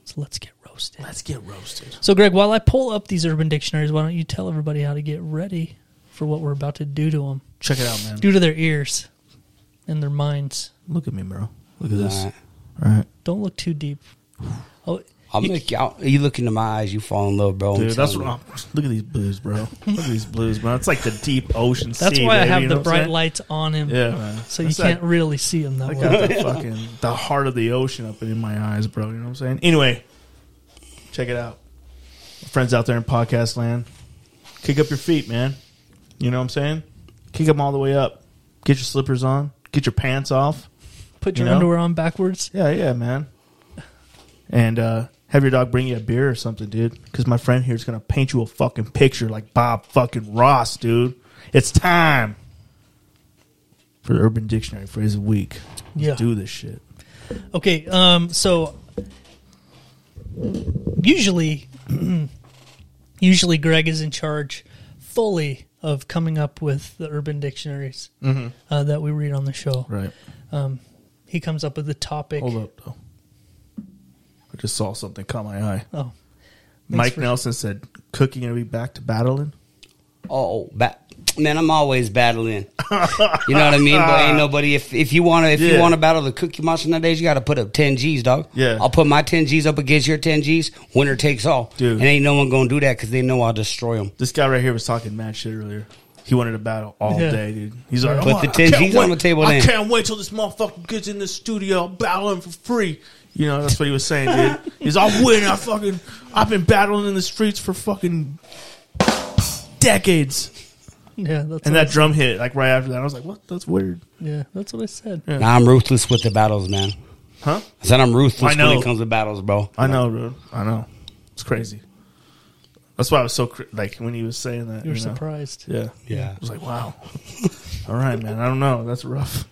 So let's get roasted. Let's get roasted. So, Greg, while I pull up these urban dictionaries, why don't you tell everybody how to get ready for what we're about to do to them, Check it out, man. do to their ears and their minds? Look at me, bro. Look at this. All right. All right. Don't look too deep. Oh, I'll make you. I'll, you look into my eyes, you fall in love, bro. I'm Dude, that's what telling I'm, look at these blues, bro. Look at these blues, man. It's like the deep ocean That's sea, why I baby, have you know the what I'm bright saying? lights on him. Yeah, man. So you That's can't Like, really see him that I well. got the fucking the heart of the ocean up in my eyes, bro. You know what I'm saying? Anyway, check it out, friends out there in podcast land. Kick up your feet, man. You know what I'm saying? Kick them all the way up. Get your slippers on. Get your pants off. Put your You know? underwear on backwards. Yeah, yeah, man. And uh, have your dog bring you a beer or something, dude. Because my friend here's gonna paint you a fucking picture like Bob fucking Ross, dude. It's time for the Urban Dictionary phrase of the week. Let's Yeah. do this shit. Okay, um, so usually, usually Greg is in charge fully of coming up with the urban dictionaries uh, that we read on the show. Mm-hmm. Right. He comes up with the topic. Hold up, though. I just saw something caught my eye. Oh, Mike for- Nelson said, "Cooking gonna be back to battling." you. Oh, ba- man, I'm always battling. you know what I mean? But ain't nobody. If if you want to, if Yeah. you want to battle the Cookie Monster nowadays, you got to put up ten G's, dog. Yeah. I'll put my ten G's up against your ten G's. Winner takes all, Dude. And ain't no one gonna do that because they know I'll destroy them. This guy right here was talking mad shit earlier. He wanted to battle all Yeah. day, dude. He's like, Put "Oh, the I 10 can't G's on wait. the table I then." can't wait till this motherfucker gets in the studio. I'll battle him for free. You know, that's what he was saying, dude. He's, I'll win. I fucking, I've been battling in the streets for fucking decades. Yeah, that's And what that drum hit like right after that. I was like, what? That's weird, I, yeah, that's what I said. Nah, I'm ruthless with the battles, man. huh? I said I'm ruthless I know. when it comes to battles, bro. I know, bro. I know. It's crazy. That's why I was so cr- like when he was saying that. You were you know? surprised. Yeah. Yeah. I was like, wow. All right, man. I don't know. That's rough.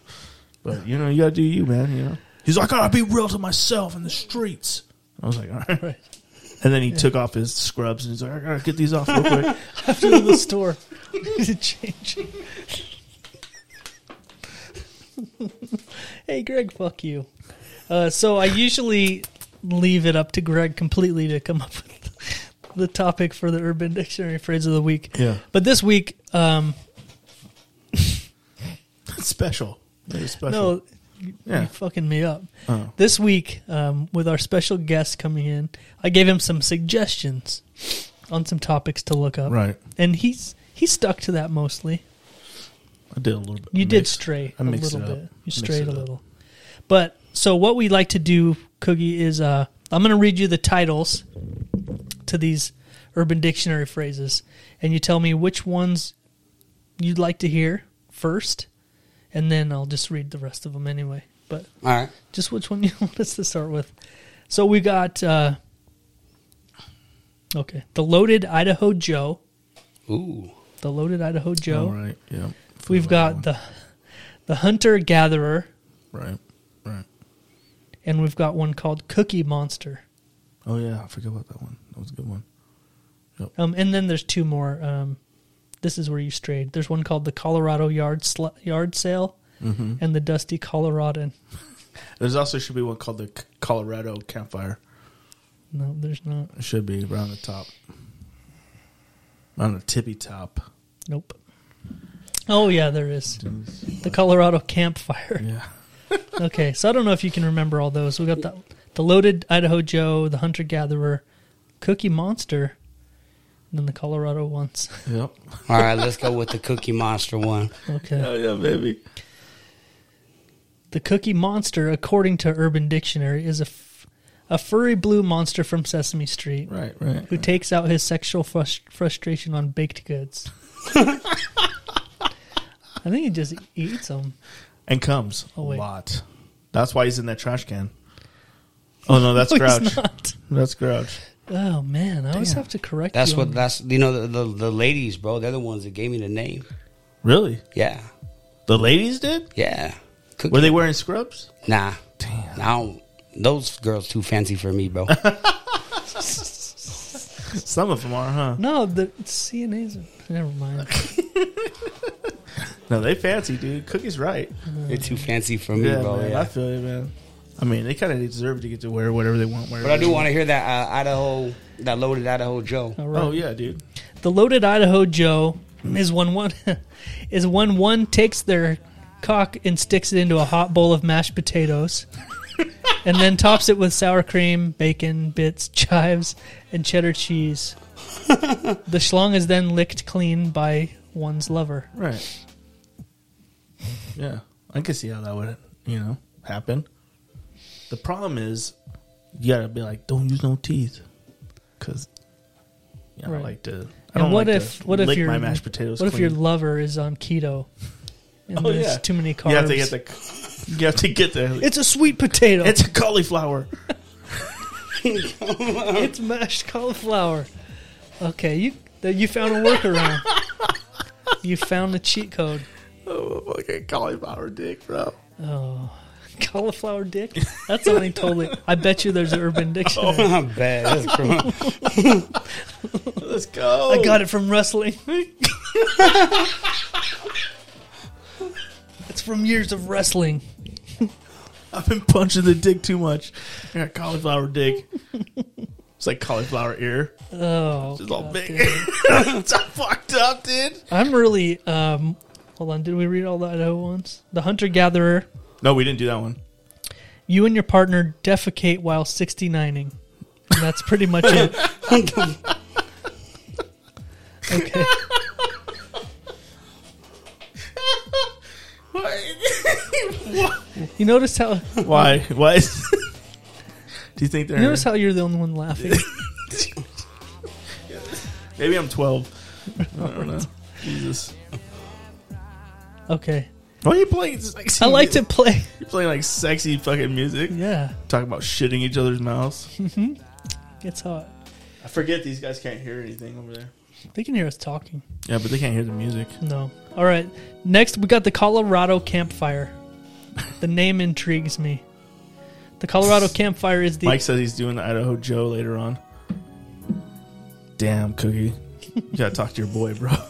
But, you know, you got to do you, man. You know? He's like, I got to be real to myself in the streets. I was like, all right. Right. And then he took off his scrubs and he's like, I got to get these off real quick. After the store, need to change. hey, Greg, fuck you. Uh, so I usually leave it up to Greg completely to come up with the topic for the Urban Dictionary phrase of the week. Yeah. But this week, um, It's special. It was special. no, yeah. you fucking me up. Oh. This week, um, with our special guest coming in, I gave him some suggestions on some topics to look up. Right. and he's he stuck to that mostly. I did a little bit. You I did mixed- stray I a mixed little it up. bit. You Mixed strayed it a up. little. But so what we like to do, Cookie, is uh, I'm going to read you the titles to these Urban Dictionary phrases, and you tell me which ones you'd like to hear first, and then I'll just read the rest of them anyway. But All right. just which one you want us to start with. So we got uh, okay, the loaded Idaho Joe, Ooh. the loaded Idaho Joe. All right. Yeah. We've got the the hunter gatherer, Right. Right. and we've got one called Cookie Monster. Oh, yeah. I forgot about that one. That was a good one. Um, and then there's two more. Um, this is where you strayed. There's one called the Colorado Yard Sl- Yard Sale, and the Dusty Coloradan. There's also should be one called the C- Colorado Campfire. No, there's not. It should be around the top. Around the tippy top. Nope. Oh yeah, there is the Colorado Campfire. Yeah. okay, so I don't know if you can remember all those. We got the the loaded Idaho Joe, the hunter gatherer, Cookie Monster, and then the Colorado ones. Yep. All right, let's go with the Cookie Monster one. Okay. Oh yeah, baby. The cookie monster, according to Urban Dictionary, is a, f- a furry blue monster from Sesame Street Right, right. who takes out his sexual frus- frustration on baked goods. I think he just eats them. And comes Oh, a wait. lot. That's why he's in that trash can. Oh no, that's Grouch. not. That's Grouch. Oh man, I always have to correct. That's you what on- that's you know the, the the ladies, bro. They're the ones that gave me the name. Really? Yeah, The ladies did? yeah. Cookie. Were they wearing scrubs? Nah. Damn. Now those girls too fancy for me, bro. Some of them are, huh? No, the CNA's. Never mind. No, they fancy, dude. Cookie's right. They're too fancy for me, Yeah, bro. man. I oh, yeah. feel you, man. I mean, they kind of deserve to get to wear whatever they want. Wherever But I do they want to hear that uh, Idaho, that loaded Idaho Joe. All right. Oh yeah, dude. The loaded Idaho Joe is one one is one one takes their cock and sticks it into a hot bowl of mashed potatoes, and then tops it with sour cream, bacon bits, chives, and cheddar cheese. the schlong is then licked clean by one's lover. Right. Yeah, I can see how that would, you know, happen. The problem is, you gotta be like, don't use no teeth, because yeah, I Right. like to. I And don't what like if to what if lick your my mashed potatoes. What if your clean. lover is on keto? And Oh, there's yeah. too many carbs. You have to get the. You have to get the. it's a sweet potato. It's a cauliflower. It's mashed cauliflower. Okay, you th- you found a workaround. you found the cheat code. Oh, fucking cauliflower dick, bro. Cauliflower dick. That's something totally. I bet you there's an urban dictionary. I'm bad. That's cr- Let's go. I got it from wrestling. it's from years of wrestling. I've been punching the dick too much. I got cauliflower dick. it's like cauliflower ear. Oh, It's all big. damn. it's all fucked up, dude. I'm really. Um, hold on. Did we read all the Idaho ones? The hunter gatherer. No, we didn't do that one. You and your partner defecate while 69ing. And that's pretty much it. okay. You notice how you Why? Why? is- Do you think they're? notice how you're the only one laughing. Maybe I'm 12. I don't know. Jesus. Okay, Why are you playing? Sexy I like to play. You're playing like sexy fucking music. Yeah, Talking about shitting each other's mouths. it's hot. I forget these guys can't hear anything over there. They can hear us talking. Yeah, but they can't hear the music. No. All right. Next, we got the Colorado Campfire. The name intrigues me. The Colorado Campfire is the Mike says he's doing the Idaho Joe later on. Damn, Cookie. You gotta talk to your boy, bro.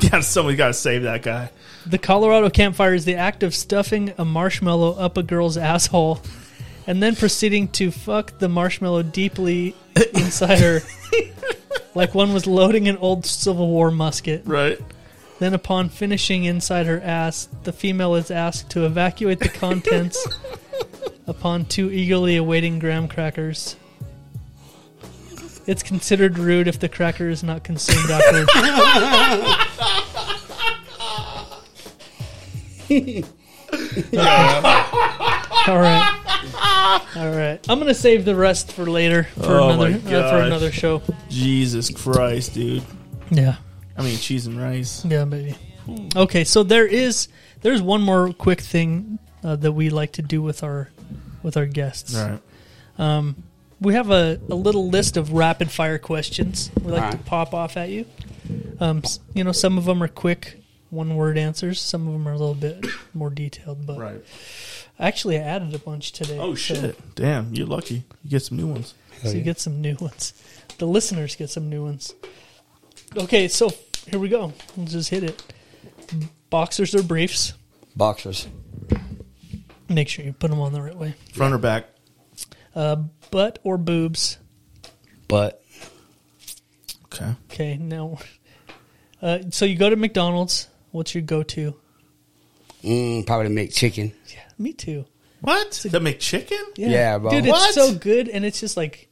Yeah, somebody gotta save that guy. the Colorado Campfire is the act of stuffing a marshmallow up a girl's asshole, and then proceeding to fuck the marshmallow deeply inside her, like one was loading an old Civil War musket. Right? Then, upon finishing inside her ass, the female is asked to evacuate the contents upon two eagerly awaiting graham crackers. It's considered rude if the cracker is not consumed after. All right, all right. I'm gonna save the rest for later for Oh my another uh, for gosh. another show. Jesus Christ, dude. Yeah. I mean, cheese and rice. Yeah, maybe. Okay, so there is there's one more quick thing uh, that we like to do with our with our guests. All right. We have a, a little list of rapid fire questions we like to Alright. pop off at you. Um, s- you know, some of them are quick one word answers. Some of them are a little bit more detailed. But Right. actually, I added a bunch today. Oh, so- shit. Damn, you're lucky. You get some new ones. So you get some new ones. The listeners get some new ones. Okay, so here we go. Let's just hit it. Boxers or briefs? Boxers. Make sure you put them on the right way. Front or back? butt or boobs. But Okay. Okay, now, uh, so you go to McDonald's. What's your go-to? mm, probably make chicken. Yeah, me too. What? The McChicken? Yeah, bro. dude, it's What? so good, and it's just like,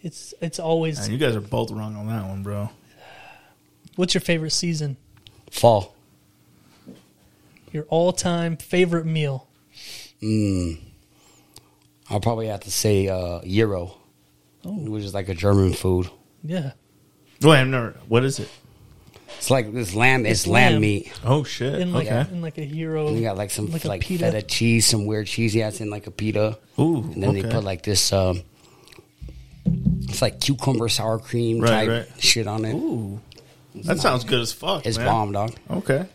it's it's always. Man, you guys are both wrong on that one, bro. What's your favorite season? Fall. Your all-time favorite meal? Mm. I'll probably have to say uh, Euro, which is like a German food. Yeah, Wait, I've never. What is it? It's like this lamb. It's, It's lamb, lamb. meat. Oh, shit. in like okay. in like a hero. And you got like some like, a pita. feta cheese, some weird cheese. Yeah, it's in like a pita. Ooh, And then okay. they put like this. Um, it's like cucumber sour cream Right, type right. shit on it. Ooh. That sounds good as fuck. Mm. It's man. bomb, dog. Okay.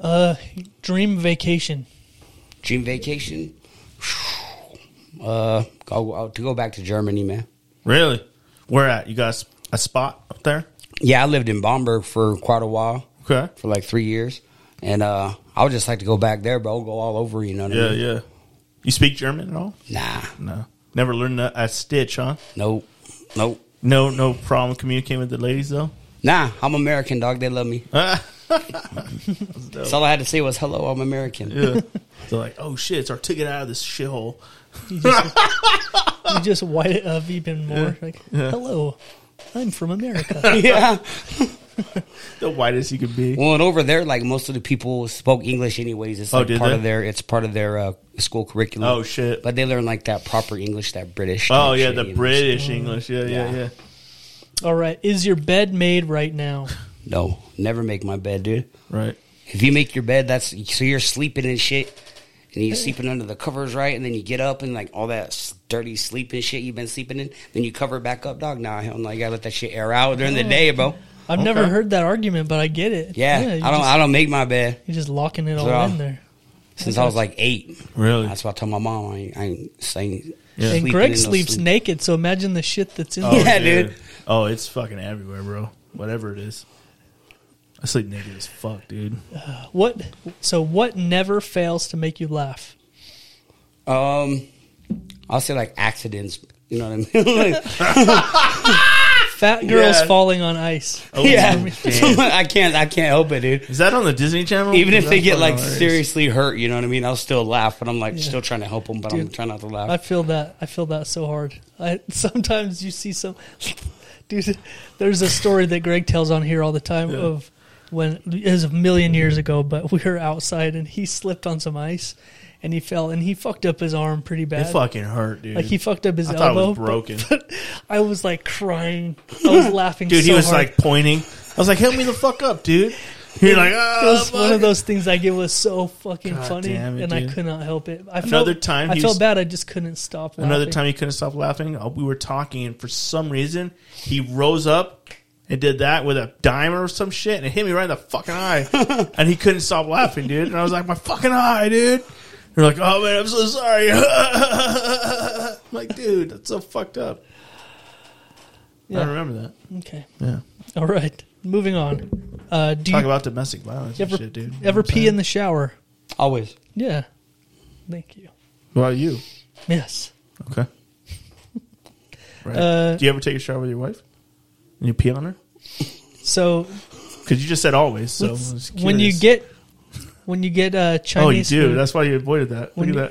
Uh, dream vacation. Dream vacation. Uh, go, uh, to go back to Germany, man. Really? Where at? You got a s- a spot up there? Yeah, I lived in Bamberg for quite a while, Okay. for like three years, and uh, I would just like to go back there, bro. Go all over, you know what Yeah, I mean? yeah. You speak German at all? Nah, No. Never learned a, a stitch, huh? nope, nope. No, no problem communicating with the ladies though. Nah, I'm American, dog. They love me. That's all I had to say was hello. I'm American. Yeah. They're like, oh shit, it's our ticket out of this shithole. You just white it up even more. Like, hello, I'm from America. yeah. The whitest you could be. Well, and over there, like most of the people spoke English anyways. It's Oh, like did part they? of their it's part of their uh, school curriculum. Oh shit. But they learn like that proper English, that British. Oh type yeah, shit, the you know? British English. Yeah, yeah, Yeah. yeah. all right, is your bed made right now? No, never make my bed, dude. Right. If you make your bed, that's so you're sleeping and shit, and you're sleeping under the covers, right? And then you get up and like all that s- dirty sleep and shit you've been sleeping in, then you cover it back up, dog. Nah, hell no, you gotta let that shit air out during the day, bro. I've never heard that argument, but I get it. Yeah, you I don't, just- I don't make my bed You're just locking it all Yeah. in there. since I was like eight. Really? That's why I told my mom I ain't, I ain't, I ain't Yeah. And sleeping Greg in no sleeps sleep. naked, so imagine the shit that's in Oh, there. Yeah, dude. Oh, it's fucking everywhere, bro. Whatever it is. I sleep naked as fuck, dude. What? So what never fails to make you laugh? Um, I'll say like accidents. You know what I mean? Like, Fat girls Yeah. falling on ice. Oh, yeah, damn. I can't. I can't help it, dude. Is that on the Disney Channel? Even if That's they get fucking like hilarious. seriously hurt, you know what I mean. I'll still laugh, but I'm like still trying to help them, but I'm Dude, trying not to I laugh. feel that. I feel that so hard. I sometimes you see some dude. There's a story that Greg tells on here all the time of when it was a million years ago, but we were outside and he slipped on some ice and he fell and he fucked up his arm pretty It bad. fucking hurt, dude. Like he fucked up his I thought elbow. it was broken. I was like crying. I was laughing. dude, so he was hard. like pointing. I was like, "Help me the fuck up, dude." You're like, "Ah, it was one fuck." of those things like it was so fucking God funny, damn it, and I dude. could not help it. I Another felt, time I he felt was- bad. I just couldn't stop. Laughing. Another time he couldn't stop laughing. Uh, We were talking, and for some reason, he rose up and did that with a dime or some shit, and it hit me right in the fucking eye. and he couldn't stop laughing, dude. And I was like, my fucking eye, dude. They're like, oh man, I'm so sorry. I'm like, dude, that's so fucked up. I Yeah. remember that. Okay. Yeah. All right. Moving on. Uh, do Talk you about domestic violence ever and shit, dude. ever pee in the shower? Always. Yeah. Thank you. Well, you. Yes. Okay. Right. Uh, Do you ever take a shower with your wife? And you pee on her? So Because you just said always. So I let's- was when you curious. get when you get uh, Oh, you Chinese do. food, That's why you avoided that. When Look you- at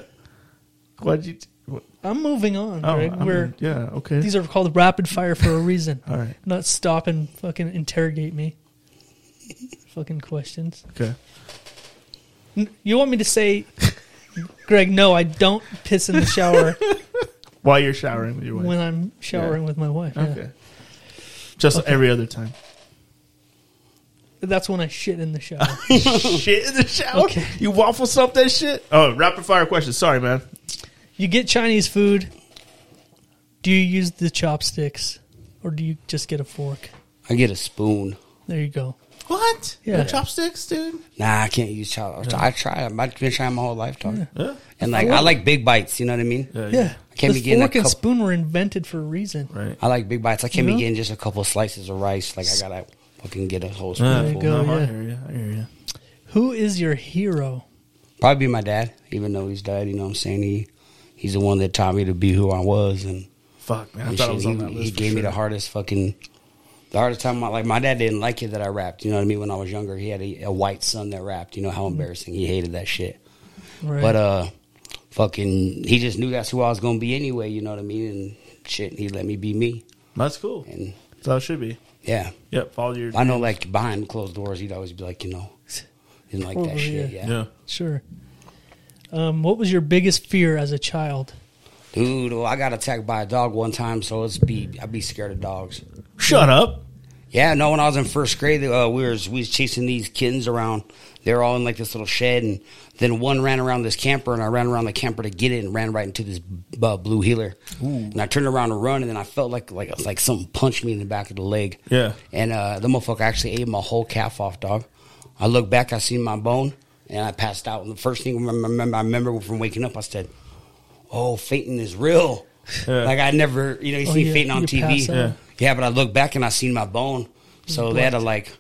that. Why'd you? What? I'm moving on. Oh, Greg. I mean, We're yeah. Okay. these are called rapid fire for a reason. All right. Not stop and fucking interrogate me. fucking questions. okay. N- You want me to say, Greg? No, I don't piss in the shower While you're showering with your wife. when I'm showering with my wife. yeah. okay. Just every other time. That's when I shit in the shower. shit in the shower. Okay. You waffle stomp that shit. Oh, rapid fire questions. Sorry, man. you get Chinese food. Do you use the chopsticks, or do you just get a fork? I get a spoon. There you go. What? Yeah. chopsticks, dude. Nah, I can't use chop. I try. I've been trying my whole life, dog. Yeah. And like, I like big bites. You know what I mean? Yeah, I can't the be getting a fork and couple- spoon were invented for a reason. Right. I like big bites. I can't Yeah. be getting just a couple slices of rice. Like I gotta fucking get a whole There you spoonful. go. No, I yeah. hear you. I hear you. Who is your hero? Probably be my dad, even though he's dead. You know what I'm saying? He he's the one that taught me to be who I was, and, Fuck, man. I and thought I shit, was he, on that list. he for gave me the sure. hardest fucking the hardest time. of my like my dad didn't like it that I rapped. You know what I mean? When I was younger, he had a, a white son that rapped. You know how embarrassing. He hated that shit. Right. But uh, fucking, he just knew that's who I was gonna be anyway. You know what I mean? And shit, he let me be me. That's cool. And That's how it should be. yeah, Yep. Follow your. I know. Like behind closed doors, he'd always be like, you know, didn't like that Probably, shit. yeah. Yeah. Yeah. Sure. Um, what was your biggest fear as a child? dude, oh, I got attacked by a dog one time, so it's be I'd be scared of dogs. Shut up. Yeah, no. When I was in first grade, uh, we was we was chasing these kittens around. They were all in like this little shed, and then one ran around this camper, and I ran around the camper to get it, and ran right into this uh, blue healer. And I turned around to run, and then I felt like like like something punched me in the back of the leg. Yeah. And uh, the motherfucker actually ate my whole calf off, dog. I looked back, I seen my bone, and I passed out. And the first thing I remember, I remember from waking up, I said, "Oh, fainting is real." Like I never, you know, you Oh, see yeah, fainting on you TV. pass out. Yeah. Yeah, but I look back and I seen my bone. So they had to like,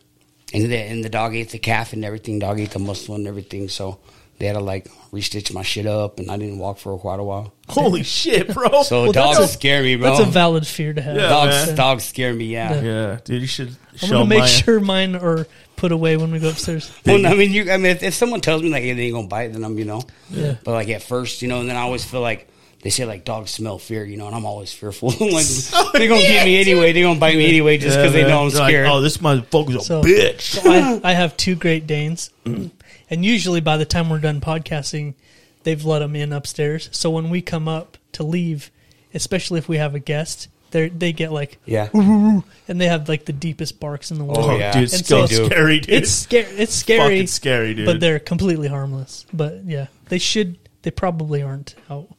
and the, and the dog ate the calf and everything. Dog ate the muscle and everything. So they had to like restitch my shit up, and I didn't walk for quite a while. Holy shit, bro. So Well, that's dogs a- scare me, bro. That's a valid fear to have. Oh. Yeah, dogs, man. dogs scare me. Yeah. Yeah, dude, you should I'm show gonna make my- sure mine are put away when we go upstairs. Well, I mean, you. I mean, if, if someone tells me like hey, they ain't gonna bite, then I'm, you know. Yeah. But like at first, you know, and then I always feel like they say like dogs smell fear, you know, and I'm always fearful. I'm like they're gonna get me anyway. They're gonna bite me anyway just Yeah, because man. they know I'm They're like, scared. Oh, oh, this motherfucker's a So- bitch. So I, I have two Great Danes, and usually by the time we're done podcasting, they've let them in upstairs. So when we come up to leave, especially if we have a guest, they they get like yeah. and they have like the deepest barks in the world. Oh, Oh, yeah. dude, it's And so- so scary, dude. It's scary. It's scary. fucking scary, dude. But they're completely harmless. But yeah, they should. They probably aren't out.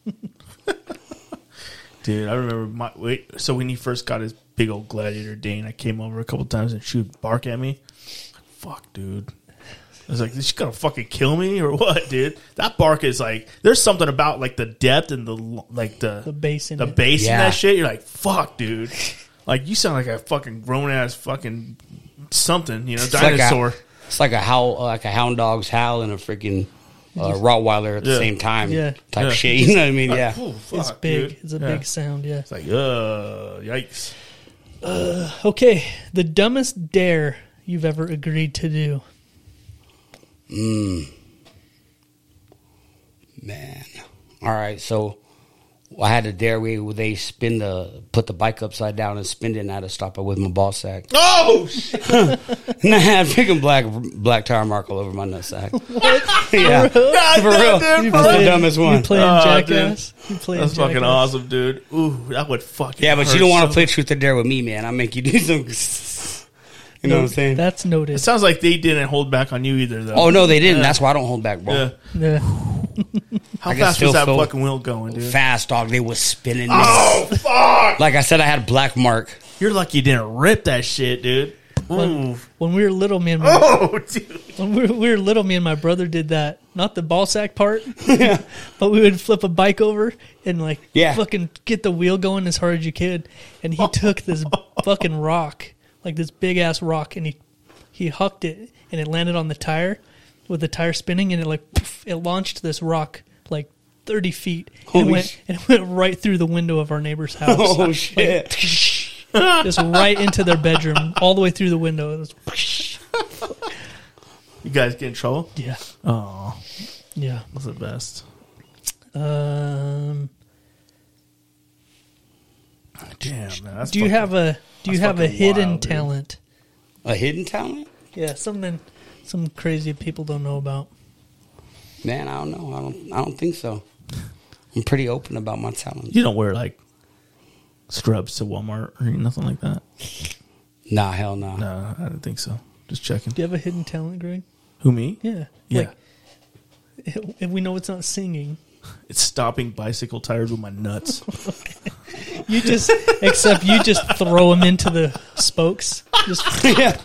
Dude, I remember my wait. So when he first got his big old gladiator Dane, I came over a couple times and she would bark at me. Like, Fuck, dude. I was like, is she gonna fucking kill me or what, dude? That bark is like, there's something about like the depth and the l- like the The bass in the it. bass in Yeah. that shit. You're like, fuck, dude. Like you sound like a fucking grown ass fucking something, you know, like a- dinosaur. It's like a howl, like a hound dog's howl and a freaking uh, Rottweiler at the Yeah. same time Yeah. type Yeah. shit. You know what I mean? Yeah. Like, ooh, fuck, It's big. dude. It's a Yeah. big sound. Yeah. It's like, uh, yikes. Okay. The dumbest dare you've ever agreed to do. Man. All right. So I had a dairy where they spin the put the bike upside down and spin it, and I had to stop it with my ball sack. Oh, and I had a freaking black black tire mark all over my nutsack. yeah, for real. dude, That's the dumbest one. You playing Oh, dude. jackass? You playing that's fucking Jackass? awesome, dude. Ooh, that would fucking. Yeah, but hurt you don't want so- to play truth or dare with me, man. I make you do some. You know what I'm saying? That's It noted. sounds like they didn't hold back on you either, though. Oh no, they didn't. That's why I don't hold back, bro. Yeah. Yeah. How I can fast was still that feel- fucking wheel going, dude? Fast dog, they was spinning. me. Oh fuck! Like I said, I had a black mark. You're lucky you didn't rip that shit, dude. Ooh. When, when we were little, me and my, Oh, dude. when we were, we were little, me and my brother did that. Not the ball sack part, but we would flip a bike over and like Yeah. fucking get the wheel going as hard as you could. And he took this fucking rock, like this big ass rock, and he he hucked it and it landed on the tire with the tire spinning and it like poof, it launched this rock like thirty feet and Holy it went sh- and it went right through the window of our neighbor's house. Oh shit! Just right into their bedroom, all the way through the window. It was, You guys get in trouble? yeah. Oh, Yeah. that's the best. Um, Damn, man. That's do you fucking- have a Do you that's have a fucking hidden wild, dude. talent? A hidden talent? Yeah, something some crazy people don't know about. Man, I don't know. I don't. I don't think so. I'm pretty open about my talent. You don't wear like scrubs to Walmart or nothing like that. Nah, hell no. No, I don't think so. Just checking. Do you have a hidden talent, Greg? Who me? Yeah. Yeah. Like, if we know it's not singing, It's stopping bicycle tires with my nuts. you just except you just throw them into the spokes. Just yeah.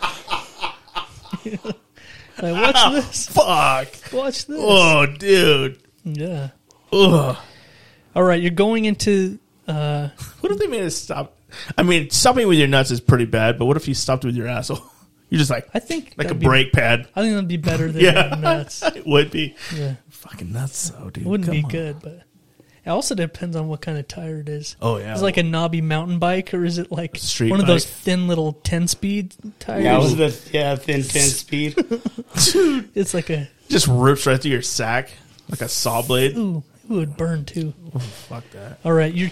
like watch this, Fuck. watch this. Oh, dude. Yeah. Ugh. All right, you're going into uh, What if they made us stop? I mean, stopping with your nuts is pretty bad, but what if you stopped with your asshole? You're just like, I think like a that'd be- brake pad. I think that'd be better than Yeah. nuts. It would be. Yeah. Fucking nuts, though, dude. It wouldn't Come be on. good, but it also depends on what kind of tire it is. Oh, yeah. is it like a knobby mountain bike, or is it like Street one of those bike. thin little ten speed tires? That was the yeah thin thin speed. It's like a Just rips right through your sack like a saw blade. ooh, it would burn too. Fuck that. All right, you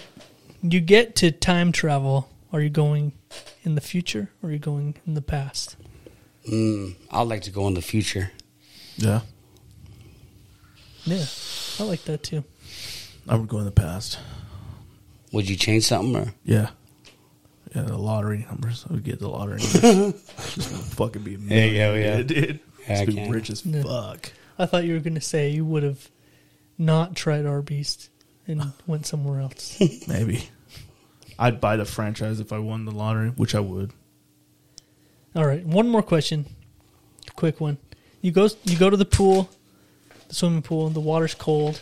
you get to time travel. Are you going in the future or are you going in the past? Mm, I'd like to go in the future. Yeah. Yeah, I like that too. I would go in the past. Would you change something or? Yeah. Yeah, the lottery numbers. I would get the lottery numbers. Just gonna fucking be a millionaire, yeah, yeah. dude. Yeah, I Just be can. rich as fuck. I thought you were going to say you would have not tried Arby's and went somewhere else. Maybe. I'd buy the franchise if I won the lottery, which I would. All right, one more question, quick one. You go you go to the pool, the swimming pool, and the water's cold.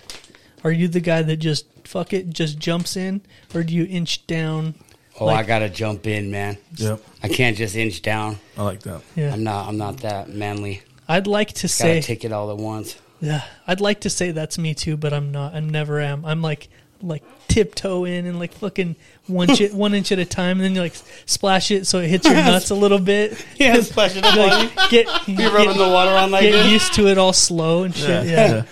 Are you the guy that just fuck it, just jumps in, or do you inch down? Oh, I Like- gotta jump in, man. Yep. I can't just inch down. I like that. Yeah, I'm not. I'm not that manly. I'd like to Gotta say take it all at once. Yeah, I'd like to say that's me too, but I'm not. I never am. I'm like like tiptoe in and like fucking one inch one inch at a time, and then you like splash it so it hits your nuts a little bit. Yeah, splash it up Like, on you. get You're rubbing get- the water on like get this. used to it all slow and shit. Yeah, Yeah.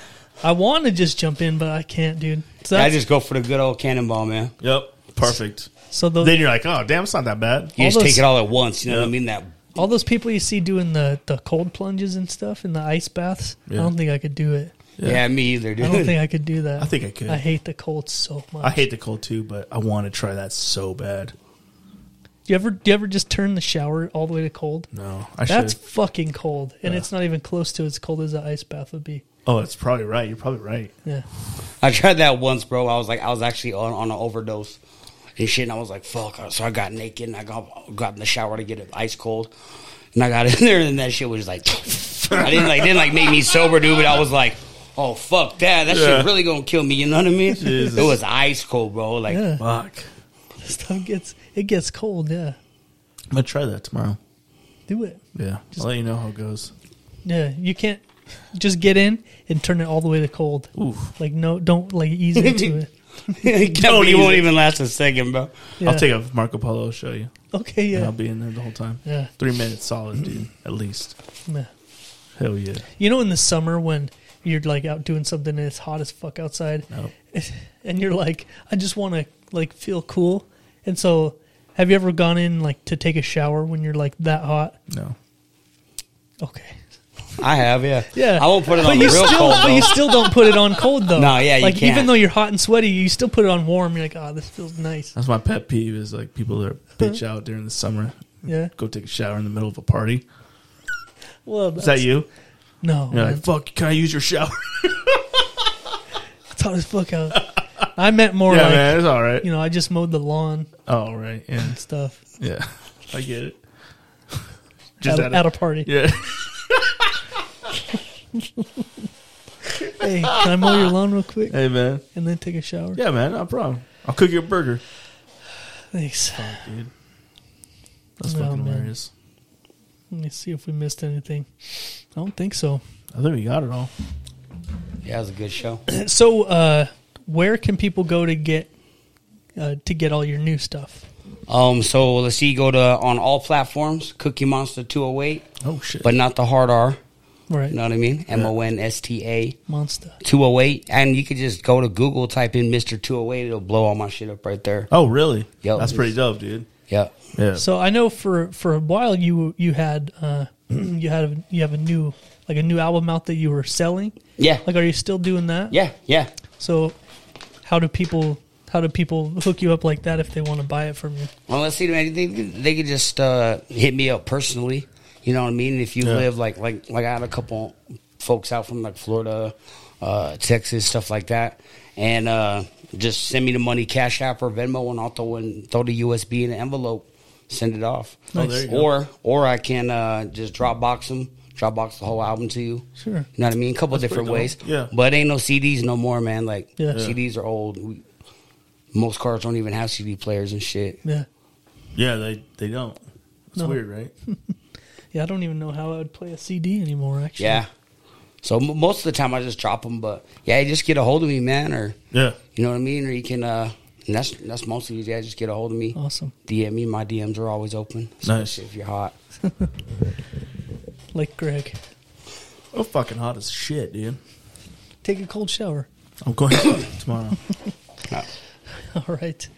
I want to just jump in, but I can't, dude. So I that's, just go for the good old cannonball, man. Yep. Perfect. so those, Then you're like, oh, damn, it's not that bad. You All just those- take it all at once. You know what Yeah. I mean? That all those people you see doing the the cold plunges and stuff in the ice baths. Yeah. I don't think I could do it. yeah, me either, dude. I don't think I could do that. I think I could. I hate the cold so much. I hate the cold too, but I want to try that so bad. Do you ever do you ever just turn the shower all the way to cold? No, I That's should. fucking cold, and Yeah. it's not even close to as cold as an ice bath would be. Oh, that's probably right. You're probably right. Yeah, I tried that once, bro. I was like, I was actually on, on an overdose and shit. And I was like, fuck. So I got naked and I got, got in the shower to get it ice cold. And I got in there and that shit was like, I didn't like, didn't like make me sober, dude. But I was like, oh, fuck that. That Yeah. shit really gonna kill me. You know what I mean? Jesus. It was ice cold, bro. Like, yeah. Fuck. This stuff gets it gets cold. Yeah, I'm gonna try that tomorrow. do it. Yeah, I'll let you know how it goes. Yeah, you can't just get in and turn it all the way to cold. Oof. Like no, don't like ease into it. no, use you won't it. even last a second, bro. Yeah. I'll take a Marco Polo. Show you. Okay, And yeah. I'll be in there the whole time. Yeah. Three minutes solid, dude. At least. yeah. Hell yeah. You know, in the summer when you're like out doing something and it's hot as fuck outside, and you're like, I just want to like feel cool. And so, have you ever gone in like to take a shower when you're like that hot? No. Okay. I have, yeah. Yeah. I won't put it on you real still, cold. But though. you still don't put it on cold though. No, yeah, you like can't. even though you're hot and sweaty, you still put it on warm. You're like, oh, this feels nice. That's my pet peeve is like people that Uh-huh. bitch out during the summer. Yeah. Go take a shower in the middle of a party. Well, Is that you? No, You're man, like, fuck, can I use your shower? it's hot as fuck out. I meant more yeah, like man, it's all right. you know, I just mowed the lawn all right. Yeah. and stuff Yeah. I get it. at, Just at a party. Yeah. Hey, can I mow your lawn real quick Hey, man. and then take a shower? Yeah, man. No problem. I'll cook you a burger. Thanks. Dude. That's No, fucking man. hilarious. Let me see if we missed anything. I don't think so. I think we got it all. yeah, it was a good show. So, uh, where can people go to get uh, to get all your new stuff? Um, so let's see, go to on all platforms, Cookie Monster 208, Oh, shit. but not the hard R. Right, You know what I mean? M O N S T A Monster. 208. And you could just go to Google, type in Mr. 208, it'll blow all my shit up right there. oh, really? Yo. That's pretty dope, dude. Yeah. Yeah. So I know for for a while you you had uh, you had a, you have a new like a new album out that you were selling. Yeah. Like, are you still doing that? Yeah. Yeah. So, how do people how do people hook you up like that if they want to buy it from you? Well, let's see, man. They, they could just uh, hit me up personally. You know what I mean? If you live like like like I had a couple folks out from like Florida, uh, Texas, stuff like that, and uh, just send me the money, Cash App or Venmo, and I'll throw in, throw the USB in an envelope, send it off. Oh, there you go. or or I can uh, just Dropbox them, Dropbox the whole album to you. Sure. You know what I mean? A couple different ways. pretty dope. Yeah. But ain't no CDs no more, man. Like Yeah. Yeah. CDs are old. We, most cars don't even have CD players and shit. Yeah, Yeah, they, they don't. It's No. weird, right? yeah. I don't even know how I would play a CD anymore. Actually, Yeah. So m- most of the time I just drop them, but yeah, you just get a hold of me, man, or yeah. you know what I mean, or you can. uh and that's that's mostly yeah, just get a hold of me. Awesome. DM me, my DMs are always open, especially Nice. if you're hot. Like Greg, I'm fucking hot as shit, dude. take a cold shower. I'm going tomorrow. All right,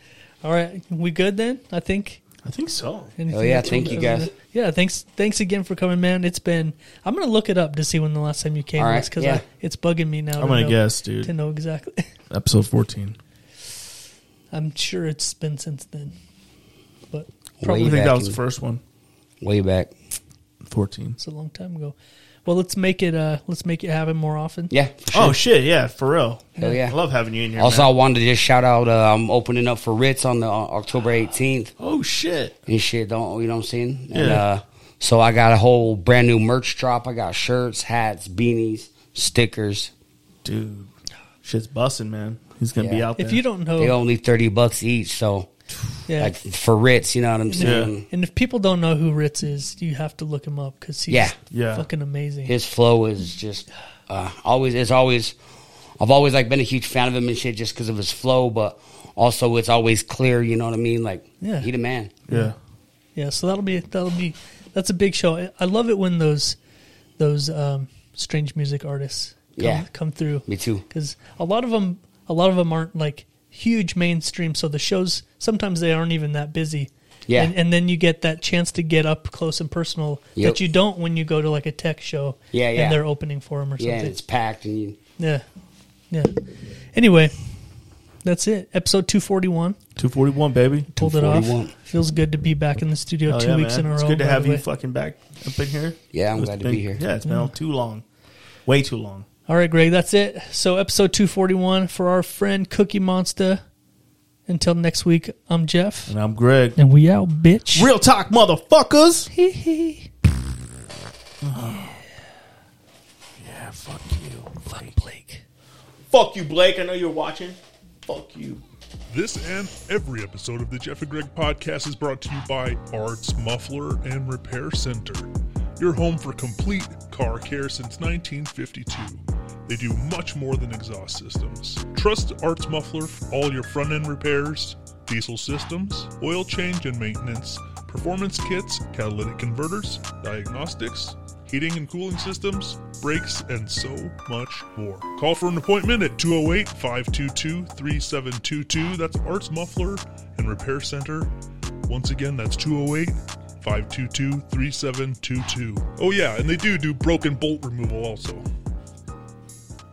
all right. We good then? I think. I think so. Anything Oh, yeah, else thank over- you, guys. Yeah, thanks. Thanks again for coming, man. It's been. I'm gonna look it up to see when the last time you came All was right, because yeah. it's bugging me now. I'm gonna guess, dude. to know exactly. Episode 14. I'm sure it's been since then, but I probably Way think that back was the in- first one. Way back. 14. it's a long time ago. Well, let's make it. Uh, let's make it happen more often. Yeah. for sure. Oh, shit. Yeah, for real. Hell yeah. I love having you in here. Also, man. I wanted to just shout out. Uh, I'm opening up for Ritz on the on October 18th Oh, shit. and shit. Don't you know what I'm saying? And, Yeah. uh, so I got a whole brand new merch drop. I got shirts, hats, beanies, stickers. Dude. Shit's busting, man. He's going to be Yeah. out there. If you don't know, They Oh. only thirty bucks each. So yeah. like for Ritz, you know what I'm saying? and if people don't know who Ritz is, you have to look him up because he's Yeah. Yeah. fucking amazing. his flow is just uh, always it's always I've always like been a huge fan of him and shit just because of his flow, but also it's always clear. You know what I mean? Like Yeah. he the man. Yeah. Yeah, so that'll be that'll be that's a big show. I- I love it when those those um, strange music artists come, Yeah. come through. Me too. Because a lot of them a lot of them aren't like huge mainstream, so the shows sometimes they aren't even that busy. Yeah. and, and then you get that chance to get up close and personal Yep. that you don't when you go to like a tech show. Yeah, yeah. And they're opening for them or Yeah, something. and it's packed and you, yeah, yeah. Anyway, that's it. Episode two forty one. 241, baby. Pulled it off. 241. Feels good to be back in the studio Hell two Oh, yeah, weeks man. in a row. It's good to by have the you way. fucking back up in here. Yeah, I'm It's glad to been- be here. Yeah, it's been too long. Way too long. All right, Greg, that's it. So, episode 241 for our friend Cookie Monster. Until next week, I'm Jeff. And I'm Greg. And we out, bitch. Real talk, motherfuckers. yeah, fuck you. Fuck Blake. Fuck you, Blake. I know you're watching. Fuck you. This and every episode of the Jeff and Greg podcast is brought to you by Arts Muffler and Repair Center, your home for complete car care since 1952. They do much more than exhaust systems. Trust Arts Muffler for all your front end repairs, diesel systems, oil change and maintenance, performance kits, catalytic converters, diagnostics, heating and cooling systems, brakes, and so much more. Call for an appointment at 208 522 3722. That's Arts Muffler and Repair Center. Once again, that's 208 Oh, 522 3722. Oh, yeah, and they do do broken bolt removal also.